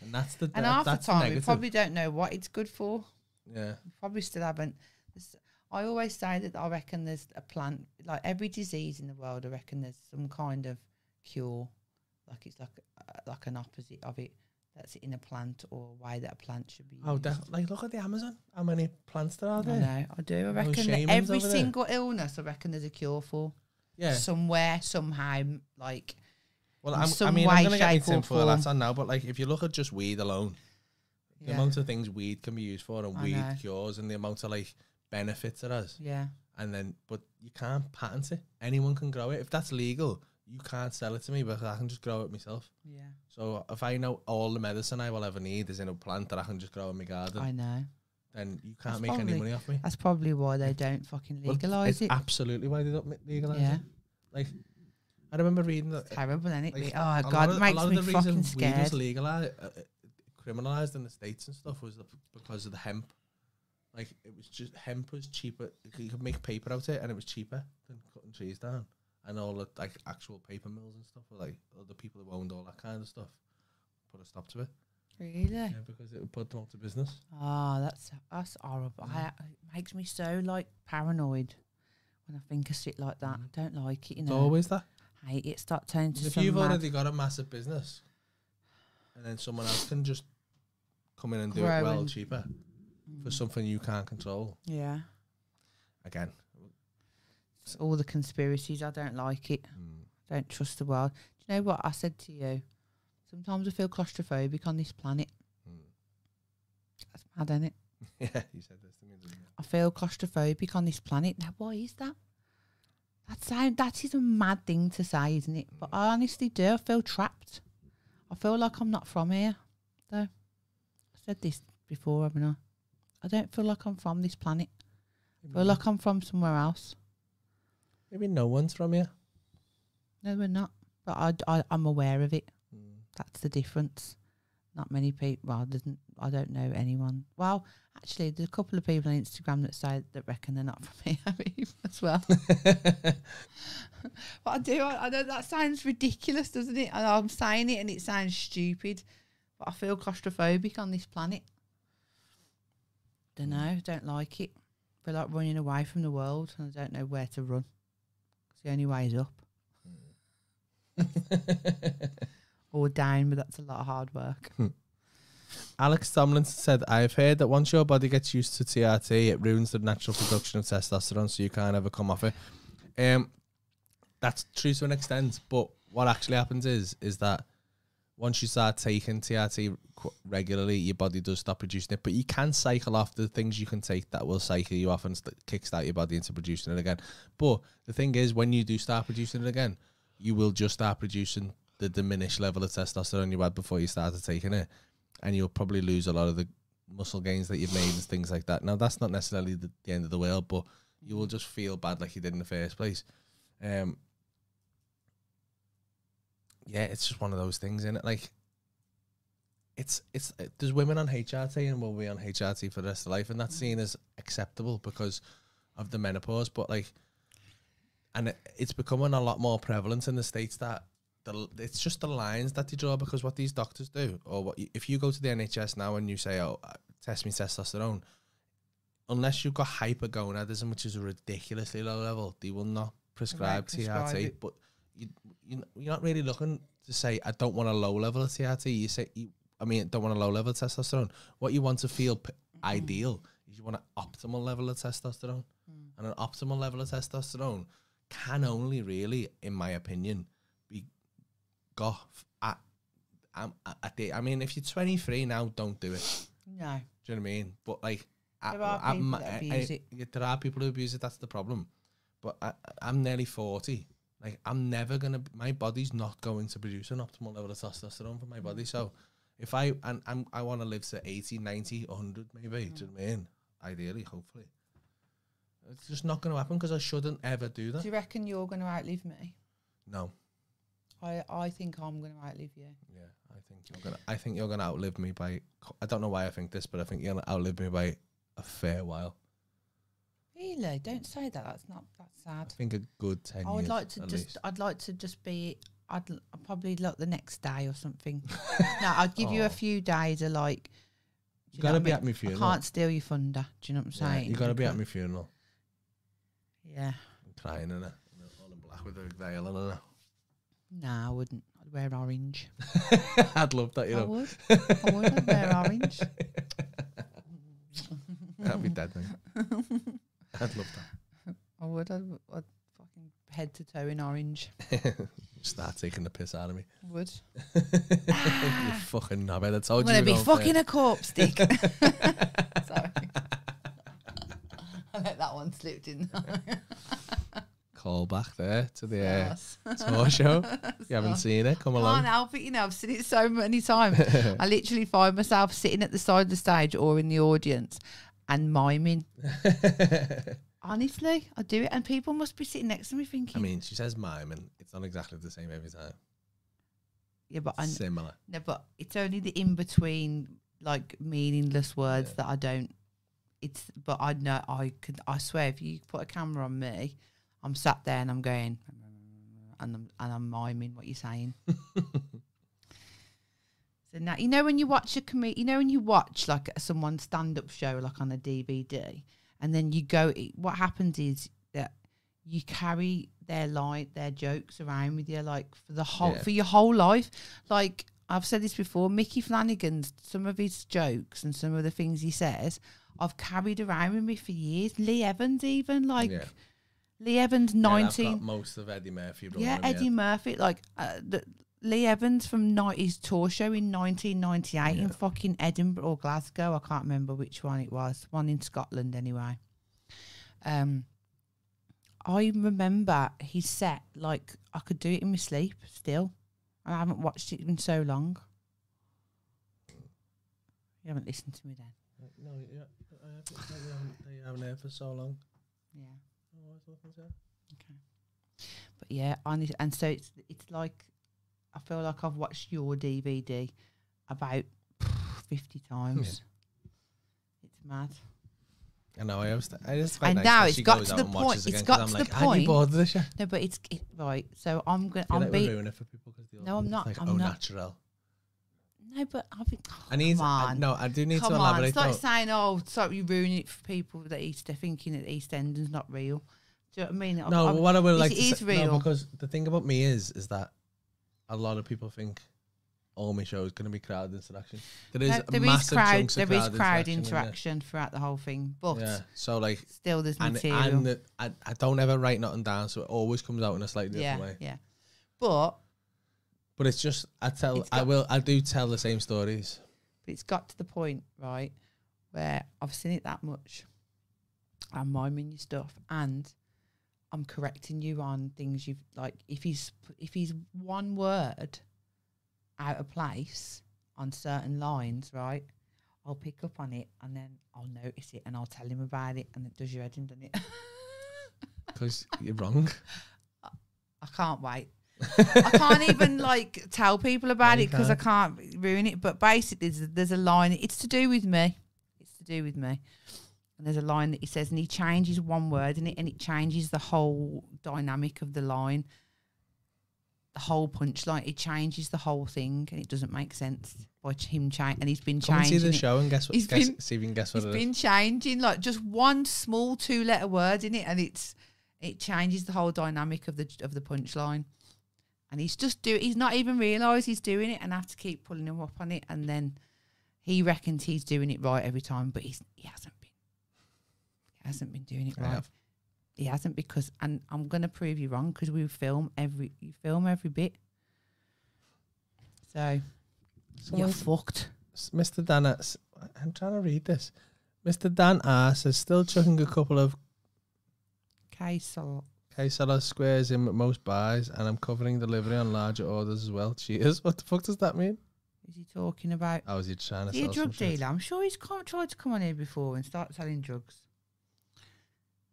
S3: And that's the
S2: and
S3: that-
S2: half the
S3: that's the
S2: time we
S3: negative.
S2: probably don't know what it's good for.
S3: yeah.
S2: We probably still haven't. This- I always say that I reckon there's a plant, like every disease in the world. I reckon there's some kind of cure, like it's like uh, like an opposite of it that's in a plant or a way that a plant should be.
S3: Oh,
S2: used.
S3: def- like look at the Amazon. How many plants there are
S2: I
S3: there?
S2: know, I do. I reckon that
S3: shamans
S2: every
S3: over there.
S2: single illness, I reckon there's a cure for
S3: Yeah.
S2: somewhere, somehow. m- Like,
S3: Well,
S2: in
S3: I'm, I
S2: some
S3: mean, I'm
S2: way,
S3: gonna get
S2: shape,
S3: into
S2: or
S3: it for
S2: form.
S3: that now, but like if you look at just weed alone. the
S2: yeah,
S3: amount of things weed can be used for and
S2: I
S3: weed
S2: know.
S3: cures and the amount of like benefits it has
S2: yeah,
S3: and then but you can't patent it anyone can grow it if that's legal you can't sell it to me because i can just grow it myself
S2: yeah.
S3: so if i know all the medicine i will ever need is in a plant that i can just grow in my garden
S2: I know.
S3: then you
S2: That's
S3: can't make any
S2: probably-
S3: money off me
S2: That's probably why they don't fucking
S3: Well,
S2: legalise
S3: it's
S2: it.
S3: absolutely why they don't ma- legalise
S2: Yeah.
S3: it like i remember reading that
S2: Terrible, isn't it?
S3: like,
S2: oh
S3: a lot
S2: god,
S3: of-
S2: it
S3: a
S2: makes
S3: lot of
S2: me
S3: the reason
S2: fucking
S3: weed was
S2: scared.
S3: legalized, uh, uh, criminalized in the states and stuff was because of the hemp. Like it was just hemp was cheaper. You could make paper out of it, and it was cheaper than cutting trees down. And all the like actual paper mills and stuff were like other people who owned all that kind of stuff put a stop to it.
S2: Really?
S3: Yeah, because it would put them out of business.
S2: Oh, that's that's horrible. I, it makes me so like paranoid when I think of shit like that. I don't like it. You
S3: It's
S2: know,
S3: always that.
S2: hate it. Start turning to
S3: Mm. If
S2: some
S3: you've
S2: mad
S3: already got a massive business, and then someone else can just come in and do it well
S2: Growing.
S3: cheaper for something you can't control.
S2: Mm. Yeah,
S3: Again,
S2: it's all the conspiracies. I don't like it.
S3: Mm,
S2: I don't trust the world. Do you know what I said to you? Sometimes I feel claustrophobic on this planet.
S3: Mm.
S2: That's mad, isn't it?
S3: Yeah, you said this to me. Didn't
S2: I feel claustrophobic on this planet. Now, why is that? That sound that is a mad thing to say, isn't it? But I honestly do. I feel trapped. I feel like I'm not from here. Though I said this before, haven't I? I don't feel like I'm from this planet. I
S3: Mm-hmm.
S2: feel like I'm from somewhere else.
S3: Maybe no one's from here.
S2: No, we're not. But I, I, I'm aware of it.
S3: Hmm.
S2: That's the difference. Not many people. Well, there's n- I don't know anyone. Well, actually, there's a couple of people on Instagram that say that reckon they're not from here as well. but I do. I, I know that sounds ridiculous, doesn't it? And I'm saying it, and it sounds stupid. But I feel claustrophobic on this planet. Don't know. Don't like it. Feel like running away from the world, and I don't know where to run. 'Cause the only way is up or down, but that's a lot of hard work.
S3: Alex Tomlinson said, I have heard that once your body gets used to TRT, it ruins the natural production of testosterone, so you can't ever come off it. Um, that's true to an extent, but what actually happens is is that once you start taking TRT qu- regularly, your body does stop producing it. But you can cycle off the things you can take that will cycle you off and st- kickstart your body into producing it again. But the thing is, when you do start producing it again, you will just start producing the diminished level of testosterone you had before you started taking it, and you'll probably lose a lot of the muscle gains that you've made and things like that. Now, that's not necessarily the, the end of the world, but you will just feel bad like you did in the first place. Um, yeah, it's just one of those things, in it? Like, it's it's uh, there's women on HRT and will be on HRT for the rest of life, and that's seen as acceptable because of the menopause. But like, and it, it's becoming a lot more prevalent in the states that the l- it's just the lines that they draw because what these doctors do, or what you, if you go to the NHS now and you say, "Oh, uh, test me testosterone," unless you've got hypergonadism, which is a ridiculously low level, they will not prescribe
S2: prescribe
S3: TRT.
S2: it.
S3: But you, you kn- you're not really looking to say, "I don't want a low level of TRT." You say, you, "I mean, don't want a low level of testosterone." What you want to feel p- ideal is you want an optimal level of testosterone, and an optimal level of testosterone can only really, in my opinion, be got f- at, um, at, at the. I mean, if you're 23 now, don't do it.
S2: No.
S3: Do you know what I mean? But like, I-
S2: There are
S3: I-
S2: people
S3: I-
S2: that
S3: I-
S2: abuse it.
S3: yeah, there are people who abuse it. That's the problem. But I, I- I'm nearly forty. Like I'm never gonna. My body's not going to produce an optimal level of testosterone for my
S2: Mm.
S3: body. So if I and I'm, I want to live to 80, 90, 100 maybe. Do
S2: Mm.
S3: you know what I mean? Ideally, hopefully, it's just not going to happen because I shouldn't ever do that.
S2: Do you reckon you're going to outlive me?
S3: No.
S2: I, I think I'm going to outlive you.
S3: Yeah, I think you're gonna. I think you're gonna outlive me by. co- I don't know why I think this, but I think you're gonna outlive me by a fair while.
S2: Really? Don't say that. That's not that's
S3: I
S2: sad.
S3: think a good ten.
S2: I would
S3: years,
S2: like to
S3: at
S2: just.
S3: least.
S2: I'd like to just be. I'd, l- I'd probably look the next day or something. no, I'd give you
S3: Aw.
S2: a few days of like. do
S3: You
S2: know
S3: Oh. gotta
S2: what I
S3: be
S2: mean?
S3: at my
S2: I
S3: funeral.
S2: can't steal your thunder. Do you know what I'm
S3: Yeah,
S2: saying?
S3: you gotta be at
S2: can't-
S3: my funeral.
S2: Yeah.
S3: I'm crying in it. All in black with a veil and
S2: No, I wouldn't. I'd wear orange.
S3: it. I'd love that, you
S2: I
S3: know.
S2: would. I would. I'd wear orange.
S3: I'd be dead now. I'd love
S2: I would. I'd, I'd fucking head to toe in orange.
S3: that. Start taking the piss out of me.
S2: I would.
S3: You fucking knobhead. I
S2: I'm
S3: told you.
S2: gonna be
S3: you were
S2: fucking
S3: going
S2: a corpse, Dick. Sorry. I let that one slip, didn't I?
S3: first. Call back there to the uh,
S2: Yes.
S3: tour show. You
S2: Oh.
S3: haven't seen it? Come
S2: Can't
S3: along.
S2: help it, you know. I've seen it so many times. I literally find myself sitting at the side of the stage or in the audience and miming. Honestly, I do it, and people must be sitting next to me
S3: I
S2: thinking,
S3: mean, she says mime, and it's not exactly the same every time.
S2: "Yeah, but I,
S3: Similar.
S2: No, but it's only the in between, like meaningless words that I don't. It's but I know I could. I swear, if you put a camera on me, I'm sat there and I'm going, and I'm and I'm miming what you're saying. so now you know when you watch a com- you know when you watch like someone stand up show like on a DVD, and then you go. It, what happens is that you carry their line, their jokes around with you, like for the whole
S3: Yeah.
S2: for your whole life. Like I've said this before, Mickey Flanagan's some of his jokes and some of the things he says, I've carried around with me for years. Lee Evans, even like
S3: Yeah.
S2: Lee Evans,
S3: Yeah, I've got
S2: nineteen,
S3: most of Eddie Murphy. running
S2: yeah,
S3: in my head.
S2: Eddie Murphy, like uh, the, Lee Evans from nineties tour show in nineteen ninety eight in fucking Edinburgh or Glasgow. I can't remember which one it was. One in Scotland, anyway. Um, I remember his set. Like I could do it in my sleep still. I haven't watched it in so long. You haven't listened to me then.
S3: No, yeah, I have to tell you, I haven't- that you haven't heard for so long.
S2: Yeah.
S3: Oh, I was looking to-
S2: But yeah, honest, and so it's it's like I feel like I've watched your DVD about fifty times. It's mad.
S3: I know. I was. I just
S2: And
S3: quite nice
S2: now
S3: that
S2: it's
S3: she
S2: got
S3: goes
S2: to
S3: out
S2: the
S3: and watches
S2: point- it's
S3: again, 'cause
S2: got
S3: I'm
S2: to the
S3: like, Are you
S2: point-
S3: bored of this? Yeah?
S2: No, but it's it, right. So I'm gonna
S3: I feel
S2: I'm
S3: like
S2: be-
S3: we're ruining it for people 'cause they all
S2: No, I'm
S3: think
S2: not,
S3: It's like,
S2: I'm
S3: oh,
S2: not.
S3: natural.
S2: no, but I think oh,
S3: I need.
S2: come
S3: I,
S2: on.
S3: no, I do need
S2: Come
S3: to
S2: on,
S3: elaborate.
S2: it's like
S3: though.
S2: saying, "Oh, it's like you ruining it for people that East. They're thinking that the East Ending's not real." Do you know what I mean? I'm-
S3: no,
S2: I'm-
S3: what I would
S2: it
S3: like to
S2: is
S3: say,
S2: real.
S3: no, because the thing about me is, is that a lot of people think all my shows going to be crowd interaction. There is
S2: There there is
S3: massive
S2: crowd,
S3: chunks of
S2: there is
S3: crowd,
S2: crowd
S3: interaction. in there.
S2: interaction throughout the whole thing, but
S3: Yeah. So like,
S2: still there's
S3: and,
S2: material.
S3: and the, I, I don't ever write nothing down, so it always comes out in a slightly
S2: yeah,
S3: different way.
S2: yeah. But
S3: But it's just I tell
S2: It's
S3: I
S2: got-
S3: will I do tell the same stories.
S2: But it's got to the point, right, where I've seen it that much. I'm miming your stuff, and I'm correcting you on things you've like. If he's if he's one word out of place on certain lines, right, I'll pick up on it, and then I'll notice it, and I'll tell him about it, and it does your head in, doesn't it?
S3: because you're wrong.
S2: I can't wait. I can't even like tell people about
S3: No,
S2: it
S3: you
S2: 'cause it because I can't ruin it. But basically, there's, there's a line. It's to do with me. It's to do with me. And there's a line that he says, and he changes one word in it, and it changes the whole dynamic of the line, the whole punchline. It changes the whole thing, and it doesn't make sense by ch- him change. And he's been
S3: Come and see
S2: changing.
S3: the
S2: it.
S3: show and guess what?
S2: He's
S3: Guess,
S2: been-
S3: see if you can guess what
S2: It's
S3: it is.
S2: been changing like just one small two letter word in it, and it's it changes the whole dynamic of the of the punchline. And he's just do he's not even realised he's doing it, and I have to keep pulling him up on it. And then he reckons he's doing it right every time, but he's he hasn't been he hasn't been doing it
S3: I
S2: right.
S3: have.
S2: He hasn't because and I'm gonna prove you wrong because we film every you film every bit. So you're
S3: Someone-
S2: fucked.
S3: S- Mr. Dan, S- I'm trying to read this. Mr. Dan R says still chucking a couple of
S2: Okay, so
S3: quesadilla squares in with most buys, and I'm covering delivery on larger orders as well. Cheers. What the fuck does that mean?
S2: is he talking about
S3: Oh, is he trying to
S2: Is he a
S3: sell some
S2: drug
S3: shit?
S2: dealer? I'm sure he's come, tried to come on here before and start selling drugs.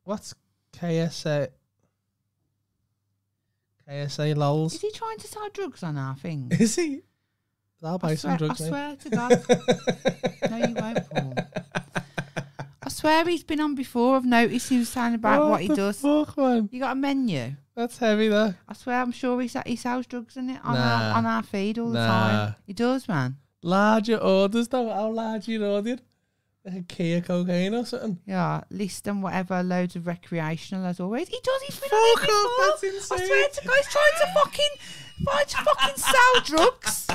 S3: What's KSA? KSA lols.
S2: Is he trying to sell drugs on our thing?
S3: Is he? I'll buy
S2: I
S3: some
S2: swear,
S3: drugs.
S2: I
S3: mate.
S2: swear to God. no, you won't, Paul. I swear he's been on before. I've noticed he was saying about what, he
S3: the
S2: does.
S3: Fuck man,
S2: You got a menu.
S3: that's heavy though.
S2: I swear, I'm sure he's, he sells drugs in it on,
S3: Nah.
S2: our, on our feed all the time.
S3: Nah.
S2: He does, man.
S3: Larger orders though. How large you ordered? Like a key of cocaine or something.
S2: Yeah, list and whatever, loads of recreational as always. He does, he's been
S3: Fuck
S2: on
S3: off,
S2: it before.
S3: that's insane.
S2: I swear to God, he's trying to fucking, trying to fucking sell drugs.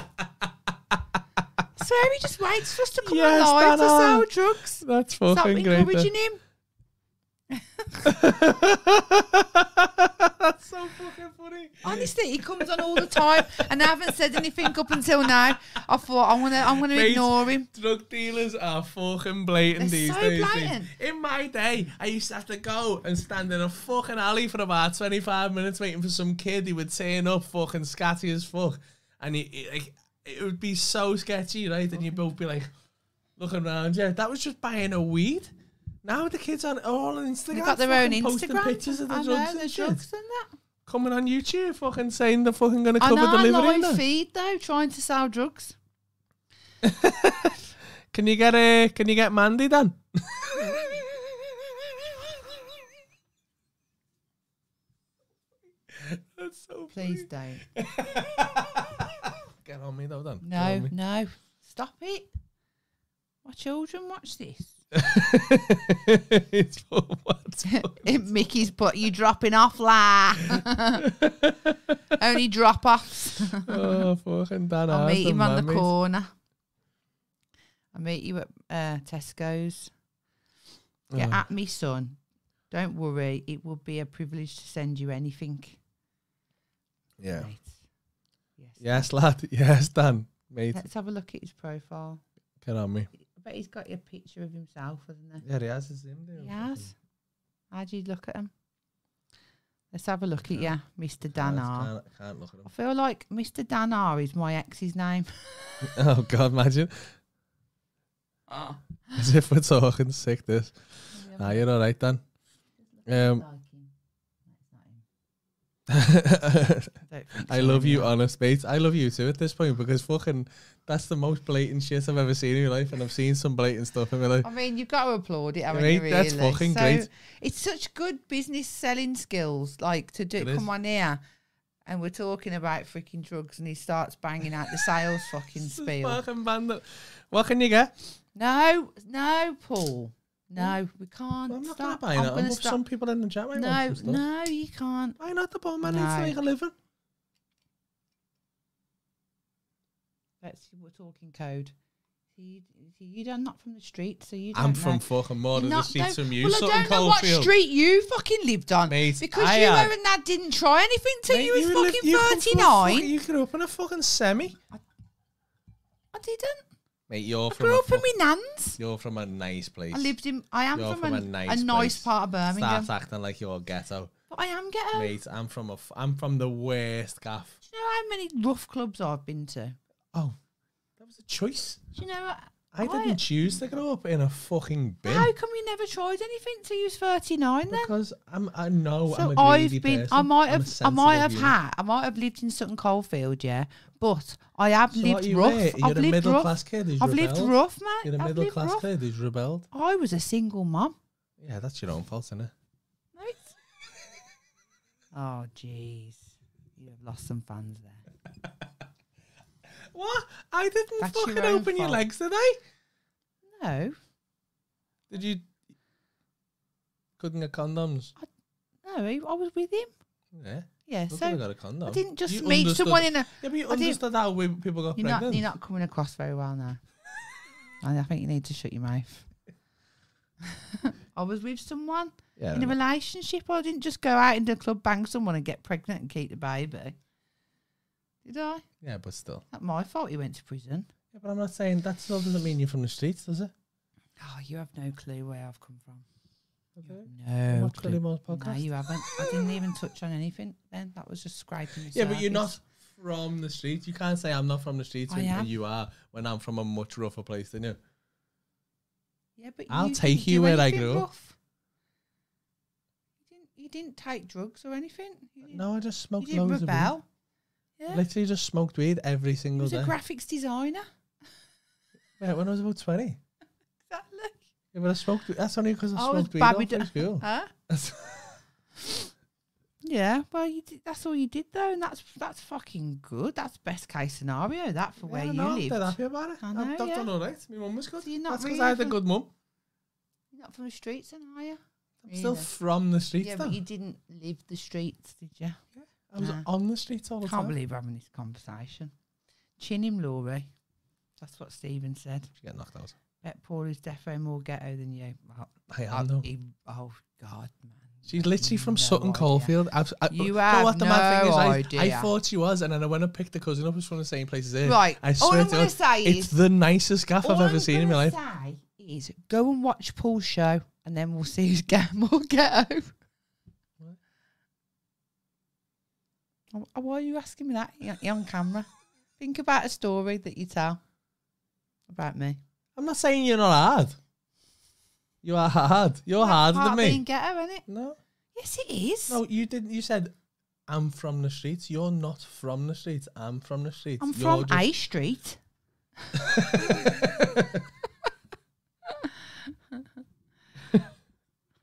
S2: I swear he just waits for us to come
S3: Yes,
S2: alive to
S3: Dana.
S2: sell drugs.
S3: That's
S2: Stop
S3: fucking great. though.
S2: encouraging him.
S3: that's so fucking funny.
S2: Honestly, he comes on all the time, and I haven't said anything up until now. I thought I'm gonna, I'm gonna
S3: Mate,
S2: ignore him.
S3: Drug dealers are fucking blatant
S2: They're
S3: these
S2: so
S3: days. dude.
S2: blatant.
S3: In my day, I used to have to go and stand in a fucking alley for about 25 minutes waiting for some kid who would turn up fucking scatty as fuck. And he, he- like, it would be so sketchy, right? And you'd both be like, looking around, yeah, that was just buying a weed. Now the kids on all on Instagram.
S2: They've got their own
S3: fucking posting
S2: Instagram.
S3: pictures of the
S2: I
S3: drugs
S2: know,
S3: and
S2: the
S3: shit.
S2: drugs and that.
S3: Coming on YouTube, fucking saying they're fucking going to
S2: On
S3: cover
S2: our
S3: delivery.
S2: live
S3: now.
S2: feed, though, trying to sell drugs.
S3: Can you get a? Can you get Mandy then? That's so
S2: Please don't.
S3: Get on me though, then. Get
S2: No,
S3: on me.
S2: no. Stop it. My children watch this.
S3: it's for what?
S2: Mickey's put you dropping off la. Only drop offs.
S3: Oh, fucking Dan.
S2: I'll
S3: Harris
S2: meet
S3: and
S2: him on the
S3: Mandy's.
S2: corner. I'll meet you at uh, Tesco's. Get
S3: Oh.
S2: at me, son. Don't worry. It would be a privilege to send you anything.
S3: Yeah.
S2: Right. Yes.
S3: Yes, lad. Yes, Dan. Mate,
S2: Let's have a look at his profile.
S3: get on me.
S2: I bet he's got a picture of himself, hasn't he?
S3: Yeah, he has his name there.
S2: He has. How do you look at him? Let's have a look at you, Mr. Danar.
S3: Can't, can't look at
S2: I feel like Mr. Danar is my ex's name.
S3: him. Oh, God, imagine. As if we're talking sick this. Ah, you're all right, Dan. Um, I love you, honest mate. I love you too at this point because fucking that's the most blatant shit I've ever seen in my life, and I've seen some blatant stuff in my life.
S2: I mean, you've got to applaud it, haven't
S3: Mate,
S2: you? Really?
S3: that's fucking
S2: so
S3: great.
S2: It's such good business selling skills, like to do
S3: It is.
S2: come on here, and we're talking about freaking drugs, and he starts banging out the sales fucking spiel.
S3: Fucking bandit. What can you get?
S2: No, no, Paul. No, we can't.
S3: I'm not
S2: stop.
S3: gonna buy
S2: I'm
S3: that. I'm
S2: going
S3: with
S2: to stop.
S3: some people in the chat. might
S2: no,
S3: want some stuff.
S2: no, you can't.
S3: Why not the poor man needs to
S2: No.
S3: make a living?
S2: Let's see, we're talking code. So you, so you don't not from the street, so you. Don't
S3: I'm
S2: know.
S3: from fucking more
S2: You're
S3: than the
S2: not-
S3: streets
S2: don't-
S3: from you,
S2: Well, I
S3: Sutton
S2: don't know what
S3: Coldfield.
S2: street you fucking lived on,
S3: Mate,
S2: because
S3: I
S2: you
S3: had-
S2: were and that didn't try anything till
S3: Mate,
S2: you was
S3: you
S2: fucking
S3: lived- you come from a
S2: thirty nine.
S3: fucking- you grew up in a fucking semi.
S2: I didn't.
S3: Mate, you're
S2: I
S3: from
S2: grew
S3: a
S2: up in
S3: fucking,
S2: my nan's.
S3: you're from a nice place.
S2: I lived in. I am
S3: You're
S2: from,
S3: from
S2: a,
S3: a
S2: a nice,
S3: nice place.
S2: part of Birmingham,
S3: Start acting like you're ghetto,
S2: but I am ghetto.
S3: mate. I'm from a. F- I'm from the worst gaff.
S2: Do you know how many rough clubs I've been to?
S3: Oh, that was a choice.
S2: Do you know?
S3: I didn't choose to grow up in a fucking bin
S2: How come you never tried anything till you was thirty nine? Then
S3: because I'm. I know I'm
S2: So
S3: a greedy
S2: I've been.
S3: person.
S2: I might
S3: I'm a
S2: have. I
S3: sensible
S2: might have
S3: human.
S2: had. I might have lived in Sutton Coldfield, yeah. But I have
S3: So what
S2: lived
S3: you
S2: rough.
S3: were, You're
S2: I've
S3: a
S2: lived
S3: middle
S2: rough.
S3: class kid who's
S2: I've
S3: rebelled.
S2: lived rough, man.
S3: You're a
S2: I've
S3: middle
S2: lived
S3: class
S2: rough.
S3: kid who's rebelled.
S2: I was a single mum.
S3: Yeah, that's your own fault, isn't it?
S2: Right? oh, jeez, you have lost some fans there.
S3: What? I didn't
S2: That's your
S3: fucking
S2: own
S3: open your
S2: fault.
S3: legs, did I?
S2: No,
S3: Did you? Couldn't get condoms.
S2: no, I, I was with him.
S3: Yeah.
S2: Yeah,
S3: Look, I
S2: so
S3: got a condom.
S2: I didn't just
S3: You
S2: meet
S3: understood-
S2: someone in a.
S3: Yeah, but you
S2: I didn't-
S3: understood how we, people got
S2: You're
S3: pregnant.
S2: not. You're not coming across very well now. and I think you need to shut your mouth. I Oh, was with someone.
S3: yeah,
S2: in a relationship. I didn't just go out into the club, bang someone, and get pregnant and keep the baby. Did I?
S3: yeah, but still.
S2: Not my fault. You went to prison.
S3: Yeah, but I'm not saying that still doesn't mean you're from the streets, does it?
S2: Oh, you have no clue where I've come from. You
S3: Okay.
S2: have No,
S3: Watch Billy
S2: clue.
S3: Moore's
S2: no,
S3: podcast.
S2: you haven't. I didn't even touch on anything. Then that was just scraping. The
S3: yeah, but you're not Oh,
S2: surface.
S3: from the streets. You can't say I'm not from the streets
S2: I
S3: when
S2: am.
S3: and you are when I'm from a much rougher place than you.
S2: Yeah, but
S3: I'll
S2: you
S3: take
S2: didn't
S3: you
S2: do
S3: where I
S2: anything
S3: grew up.
S2: rough. You didn't. You didn't take drugs or anything. You didn't,
S3: No, I just
S2: you
S3: smoked
S2: didn't
S3: loads of
S2: rebel.
S3: weed.
S2: Yeah,
S3: Literally just smoked weed every
S2: you
S3: single
S2: was a
S3: day.
S2: graphics designer.
S3: yeah, when I was about 20. Yeah,
S2: Exactly.
S3: but I smoked weed. That's only because I,
S2: I was
S3: smoked weed all
S2: Barbie
S3: through
S2: do-
S3: school.
S2: Huh?
S3: That's-
S2: Yeah, well, you did, that's all you did though, and that's that's fucking good. That's best case scenario. That for where
S3: Yeah,
S2: you
S3: no,
S2: lived.
S3: I'm dead happy about it.
S2: I
S3: I've
S2: know,
S3: done-
S2: yeah.
S3: done all right. My mum was good.
S2: So you're not
S3: That's because
S2: really
S3: I had a
S2: from-
S3: good mum.
S2: You're not from the streets, then, are you?
S3: I'm still
S2: Really?
S3: from the streets.
S2: yeah,
S3: though.
S2: but you didn't live the streets, did you?
S3: I was
S2: Nah.
S3: on the streets all the
S2: Can't
S3: time.
S2: believe we're having this conversation. Chin him, Laurie. That's what Stephen said.
S3: Did you get knocked out?
S2: Bet Paul is defo more ghetto than you. Oh,
S3: I
S2: oh,
S3: am though.
S2: he- oh God, man.
S3: She's literally from
S2: No
S3: Sutton
S2: idea.
S3: Coldfield. I've, I,
S2: You
S3: do know
S2: have
S3: what the mad
S2: no
S3: thing is? I, I
S2: idea.
S3: thought she was, and then when I picked the cousin up, it was from the same place as her.
S2: Right.
S3: I
S2: all
S3: swear
S2: I'm
S3: to
S2: gonna
S3: God,
S2: say
S3: it's
S2: is,
S3: the nicest gaff I've
S2: all
S3: ever
S2: I'm
S3: seen in my
S2: gonna
S3: life.
S2: Say is go and watch Paul's show, and then we'll see who's get more ghetto. Oh, oh, Why are you asking me that? You're- You're on camera. Think about a story that you tell about me.
S3: I'm not saying you're not hard. You are hard. You're
S2: That's
S3: harder than
S2: part of Being
S3: me.
S2: ghetto, isn't it?
S3: No,
S2: Yes, it is.
S3: no, you didn't. You said, "I'm from the streets." You're not from the streets. I'm from the streets.
S2: I'm
S3: You're
S2: from
S3: just-
S2: A Street.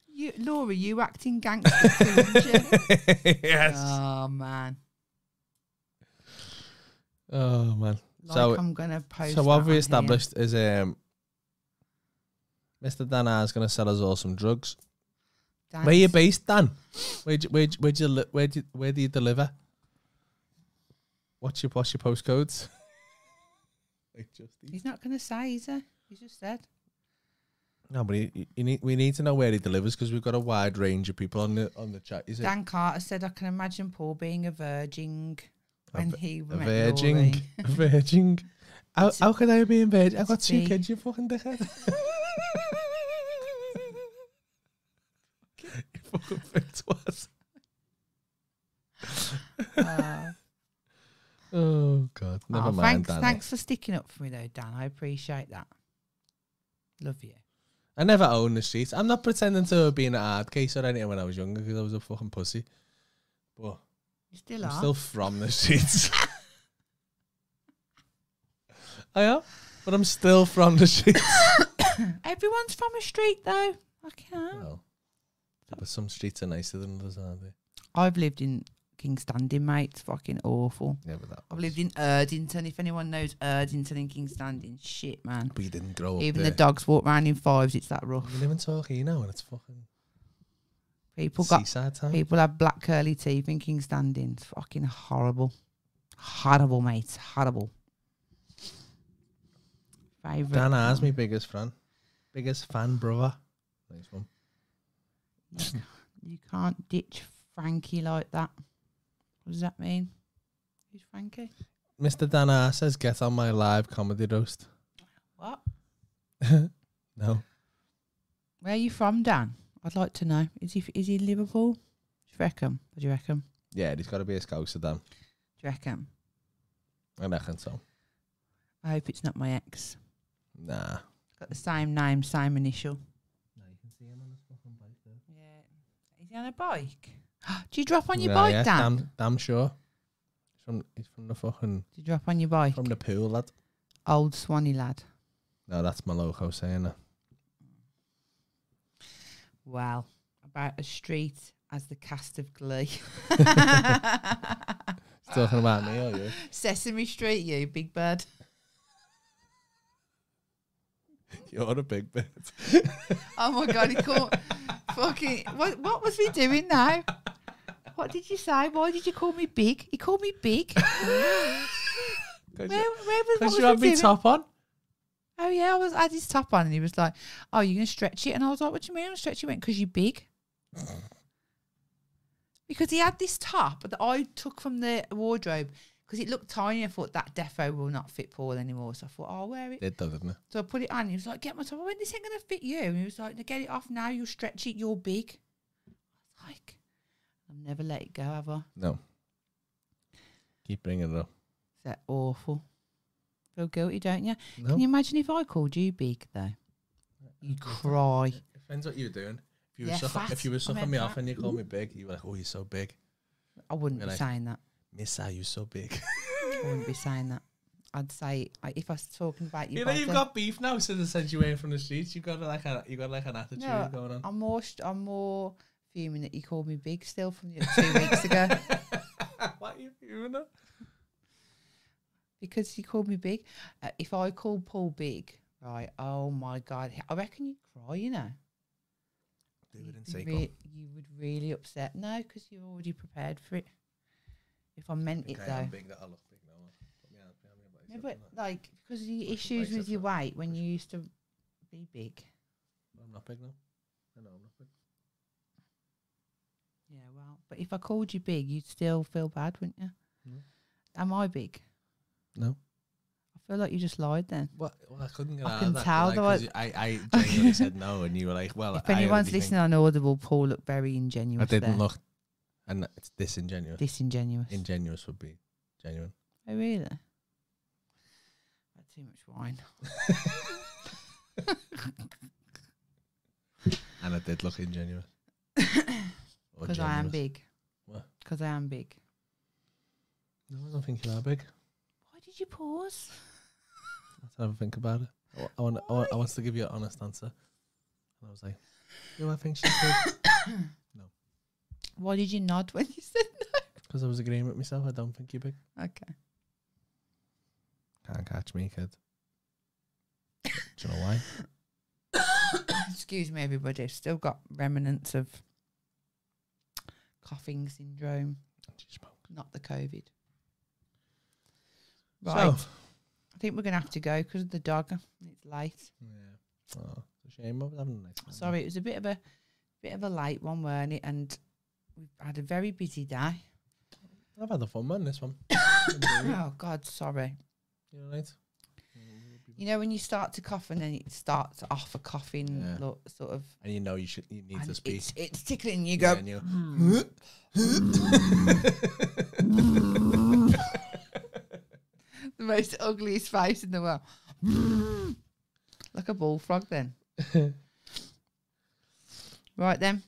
S2: you, Laura, you acting gangster. too, aren't you?
S3: yes.
S2: Oh man,
S3: oh man.
S2: like
S3: So-
S2: I'm gonna post.
S3: So
S2: that
S3: what
S2: on
S3: we
S2: here.
S3: established is um, Mr. Dana is going to sell us all some drugs.
S2: Dance.
S3: Where you based, Dan? Where do, where do, where do you li- where do you, where do you deliver? What's your what's your postcodes? like just
S2: He's not gonna say, is he? He just said.
S3: no, but you, you need, we need to know where he delivers because we've got a wide range of people on the on the chat. Is it
S2: Dan Carter said, I can imagine Paul being a virgin when
S3: vi-
S2: he
S3: a
S2: met
S3: virgin?
S2: Laurie.
S3: A virgin? How,
S2: It's a-
S3: how could I be in bed? I've
S2: it's
S3: got
S2: a
S3: two
S2: bee.
S3: kids. You fucking dickhead. you fucking fit twat.
S2: Uh,
S3: Oh God, never
S2: oh,
S3: mind.
S2: Thanks,
S3: Danny.
S2: thanks for sticking up for me, though, Dan. I appreciate that. Love you.
S3: I never owned the streets. I'm not pretending to have been a hard case or anything when I was younger because I was a fucking pussy. But
S2: You still
S3: I'm
S2: are.
S3: still from the streets. I am, but I'm still from the streets.
S2: Everyone's from a street, though. Okay.
S3: well, yeah, but some streets are nicer than others, aren't they?
S2: I've lived in Kingstanding, mate. It's fucking awful.
S3: Yeah, but that.
S2: I've
S3: was-
S2: lived in Erdington. If anyone knows Erdington and Kingstanding, shit, man.
S3: But you didn't grow up
S2: Even the
S3: there.
S2: dogs walk round in fives. It's that rough.
S3: you live in Torquay now, and it's fucking
S2: People got
S3: seaside town.
S2: People have black curly teeth in King's Standing. It's fucking horrible. Horrible, mate. Horrible. favourite.
S3: Dan A's
S2: film.
S3: my biggest fan. Biggest fan, brother. Nice one.
S2: You ca- You can't ditch Frankie like that. What does that mean? Who's Frankie?
S3: Mr. Dan R says, get on my live comedy roast.
S2: What?
S3: No.
S2: Where are you from, Dan? I'd like to know. Is he f- is he Liverpool? Do you reckon? What do you reckon?
S3: Yeah, there's got to be a Scouser, Dan.
S2: Do you reckon?
S3: I reckon so.
S2: I hope it's not my ex.
S3: Nah.
S2: Got the same name, same initial.
S3: No, you can see him on his fucking bike there.
S2: Yeah. Is he on a bike? do you drop on your
S3: Nah,
S2: bike,
S3: yeah,
S2: Dan?
S3: Damn, damn sure. He's from, he's from the fucking,
S2: Do you drop on your bike?
S3: from the pool, lad.
S2: Old Swanny lad.
S3: No, that's my loco saying that.
S2: Well, about as street as the cast of Glee.
S3: He's talking about me, are you?
S2: Sesame Street, you big bird.
S3: You're a big bit.
S2: Oh my god, he called fucking what what was we doing now? What did you say? Why did you call me big? He called me big.
S3: Because
S2: Where, where was, what
S3: you,
S2: was
S3: had
S2: we
S3: me
S2: doing?
S3: top on.
S2: Oh yeah, I was I had his top on and he was like, Oh, you're gonna stretch it and I was like, What do you mean I'm gonna stretch it? He went, Because you're big. because he had this top that I took from the wardrobe because it looked tiny. I thought that defo will not fit Paul anymore. So I thought, I'll wear it.
S3: It does, doesn't it?
S2: So I put it on. He was like, Get my top. I went, This ain't gonna fit you. And he was like, "No, get it off now, you'll stretch it, you're big. I was like, I've never let it go, have I?
S3: No. Keep bringing it up.
S2: Is that awful? Feel guilty, don't you?
S3: No.
S2: Can you imagine if I called you big though? You'd cry.
S3: Depends what you were doing. If you were
S2: Yeah,
S3: suffing,
S2: fat.
S3: if you were
S2: I
S3: suffing
S2: meant
S3: me off
S2: fat.
S3: and you called me big, you were like, "Oh, you're so big,
S2: I wouldn't
S3: Really?
S2: be saying that.
S3: Miss, are you so big?"
S2: I wouldn't be saying that. I'd say I, if I was talking about you,
S3: you know, you've got beef now since I sent you away from the streets. You've got like a, you got like an attitude
S2: No,
S3: going on.
S2: I'm more, st- I'm more fuming that you called me big still from the two weeks ago
S3: what are you doing? now?
S2: because you called me big. Uh, if I called Paul big, right? Oh my god, I reckon you'd cry. You know,
S3: Do it in
S2: You'd be
S3: sequel.
S2: rea- you would really upset. No, because you're already prepared for it. If I meant it
S3: Okay,
S2: though.
S3: I'm big. That I look big now. Put me out, put me out,
S2: No,
S3: put me
S2: but
S3: out.
S2: like because of the
S3: Push
S2: issues
S3: bikes
S2: with your
S3: up,
S2: weight when
S3: push.
S2: you used to be big.
S3: I'm not big now. I know I'm not big.
S2: Yeah, well, but if I called you big, you'd still feel bad, wouldn't you?
S3: No.
S2: Am I big?
S3: No.
S2: I feel like you just lied then.
S3: What? Well, I couldn't get
S2: I
S3: out
S2: can
S3: of that. 'cause
S2: tell
S3: I-
S2: though
S3: 'cause I, I genuinely said no, and you were like, "Well,
S2: if
S3: I already
S2: anyone's
S3: think
S2: listening on Audible, Paul looked very ingenuous.
S3: I didn't
S2: there.
S3: look, and it's disingenuous.
S2: disingenuous.
S3: Ingenuous would be genuine.
S2: oh, really? Had too much wine.
S3: And I did look ingenuous. Or
S2: Because I am
S3: genuous.
S2: big.
S3: What?
S2: Because I am big.
S3: No, I don't think you are big.
S2: Why did you pause?
S3: Let's have a think about it. I, wa- I, want, I, want, I wants to give you an honest answer. And I was like, do I think she's big?
S2: Why did you nod when you said
S3: Because I was agreeing with myself. I don't think you're big.
S2: Okay.
S3: Can't catch me, kid. Do you know why?
S2: Excuse me, everybody. I've Still got remnants of coughing syndrome,
S3: She smoked.
S2: not the COVID. Right.
S3: So,
S2: I think we're going to have to go because of the dog. It's late.
S3: yeah. Oh, it's a shame. I was having a nice time.
S2: Sorry, it was a bit of a bit of a late one, weren't it? And we've had a very busy day.
S3: I've had a fun one, this one.
S2: Oh God, sorry.
S3: you all right?
S2: You know when you start to cough and then it starts off a coughing
S3: Yeah.
S2: lo- sort of.
S3: And you know you should you need
S2: and
S3: to speak.
S2: It's, it's tickling. You
S3: Yeah,
S2: go.
S3: and you-
S2: the most ugliest face in the world. like a bullfrog, then. right then.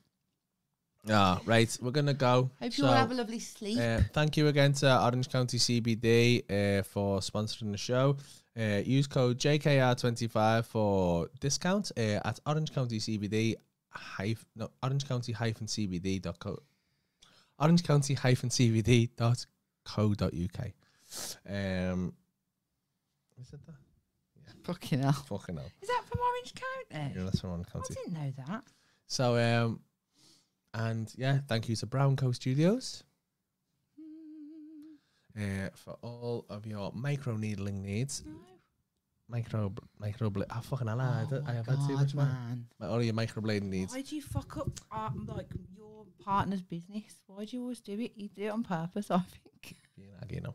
S3: Ah, right. We're gonna go.
S2: Hope you
S3: So,
S2: all have a lovely sleep.
S3: uh, thank you again to Orange County CBD uh, for sponsoring the show. Uh, use code JKR25 for discount uh, at Orange County CBD hyphen no Orange County hyphen CBD dot co Orange County hyphen CBD dot co dot UK. Um, is it that?
S2: Fucking hell.
S3: Fucking hell.
S2: Is that from Orange County?
S3: Yeah, that's from Orange County.
S2: I didn't know that.
S3: So um and yeah, thank you to Brown Co Studios uh, for all of your micro needling needs.
S2: No.
S3: Micro, microblade. Oh, fucking hell, I,
S2: Oh
S3: had- I
S2: my
S3: have had too
S2: God,
S3: much, man.
S2: man.
S3: My, oh, your microblade needs.
S2: Why do you fuck up uh, like your partner's business? Why do you always do it? You do it on purpose, I think.
S3: You know, you know.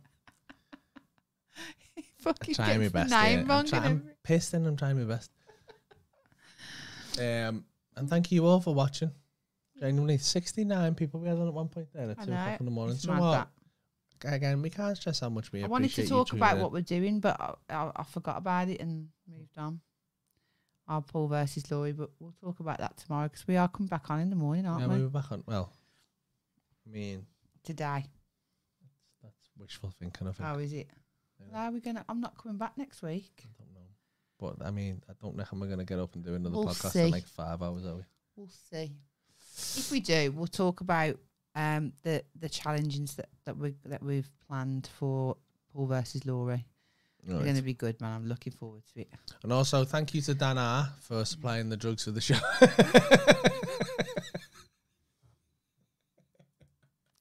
S4: He fucking
S3: I'm trying my
S4: gets the
S3: best.
S4: name
S3: yeah. I'm,
S4: wrong
S3: try-
S4: and
S3: I'm
S4: everything.
S3: pissed and I'm trying my best. um, and thank you all for watching. Genuinely, 69 people we had on at one point there at
S2: I
S3: 2
S2: know,
S3: o'clock in the morning.
S2: it's
S3: So
S2: mad
S3: what? Again, we can't stress how much we
S2: I wanted to
S3: appreciate you
S2: talk
S3: tuning
S2: about
S3: in.
S2: what we're doing, but I, I, I forgot about it and moved on. Our Paul versus Laurie, but we'll talk about that tomorrow because we are coming back on in the morning, aren't
S3: Yeah,
S2: we?
S3: we were back on. Well, I mean,
S2: Today.
S3: that's wishful thinking, I think.
S2: How is it?
S3: Yeah.
S2: How are we gonna? I'm not coming back next week.
S3: I don't know. But I mean, I don't know how we're going to get up and do another
S4: We'll
S3: podcast
S4: see.
S3: in like five hours, are we?
S4: We'll see.
S2: If we do, we'll talk about um the the challenges that that we that we've planned for Paul versus Laurie. They're
S3: Alright.
S2: gonna be good, man. I'm looking forward to it.
S3: And also, thank you to Dan R for supplying the drugs for the show.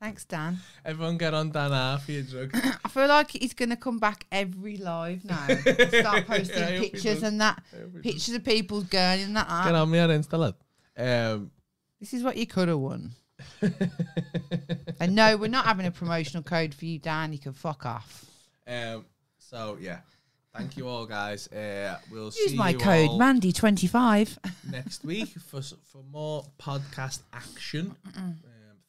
S2: Thanks, Dan.
S3: Everyone get on Dan R for your drugs.
S2: I feel like he's gonna come back every live now. and Start posting
S3: I hope he
S2: pictures
S3: does.
S2: and that
S3: get
S2: pictures of people going and that. aren't
S3: on me on Insta, lad. Um,
S2: This is what you could have won. and no, we're not having a promotional code for you, Dan. You can fuck off.
S3: um, so, yeah. Thank you all, guys. Uh, we'll
S2: Use
S3: see
S2: my
S3: you
S2: code
S3: all
S2: Mandy25.
S3: next week for s- for more podcast action. um,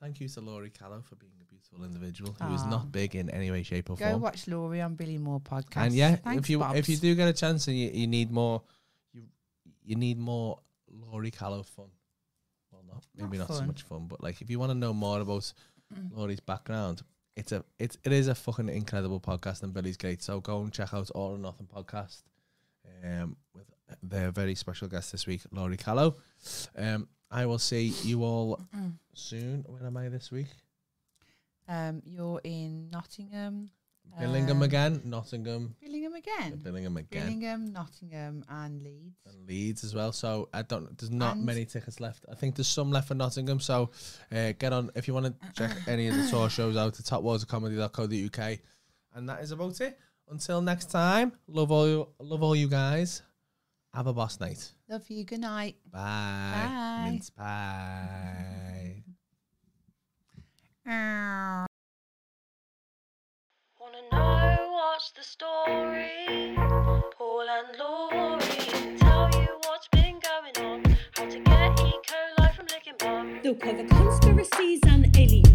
S3: thank you to Laurie Callow for being a beautiful individual who is
S2: Aw.
S3: not big in any way, shape, or
S2: Go
S3: form.
S2: watch Laurie on Billy Moore podcast.
S3: And yeah,
S2: Thanks,
S3: if you
S2: Bobs.
S3: if you do get a chance and you, you need more, you you need more Laurie Callow fun. Well, not maybe
S2: Not
S3: not, so
S2: fun. Mm.
S3: much fun, but like if you want to know more about Laurie's background, it's a it's it is a fucking incredible podcast and Billy's great. So go and check out All or Nothing podcast. Um, with their very special guest this week, Laurie Callow. Um, I will see you all
S2: Mm.
S3: soon. When am I this week?
S2: um, you're in Nottingham,
S3: Billingham
S2: Um,
S3: again, Nottingham,
S2: Billingham again,
S3: Billingham again.
S2: Billingham, Nottingham, and Leeds.
S3: and Leeds as well. So I don't. There's not
S2: And-
S3: many tickets left. I think there's some left for Nottingham. So uh, get on if you want to check any of the tour shows out to topwatercomedy.co.uk. And that is about it. Until next time, love all you, love all you guys. Have a boss night.
S2: Love you. Good night.
S3: Bye.
S2: Bye.
S3: Mince pie.
S5: Wanna know what's the story? Paul and Laurie tell you what's been going on. How to get E. coli from licking bomb. They'll cover conspiracies and aliens.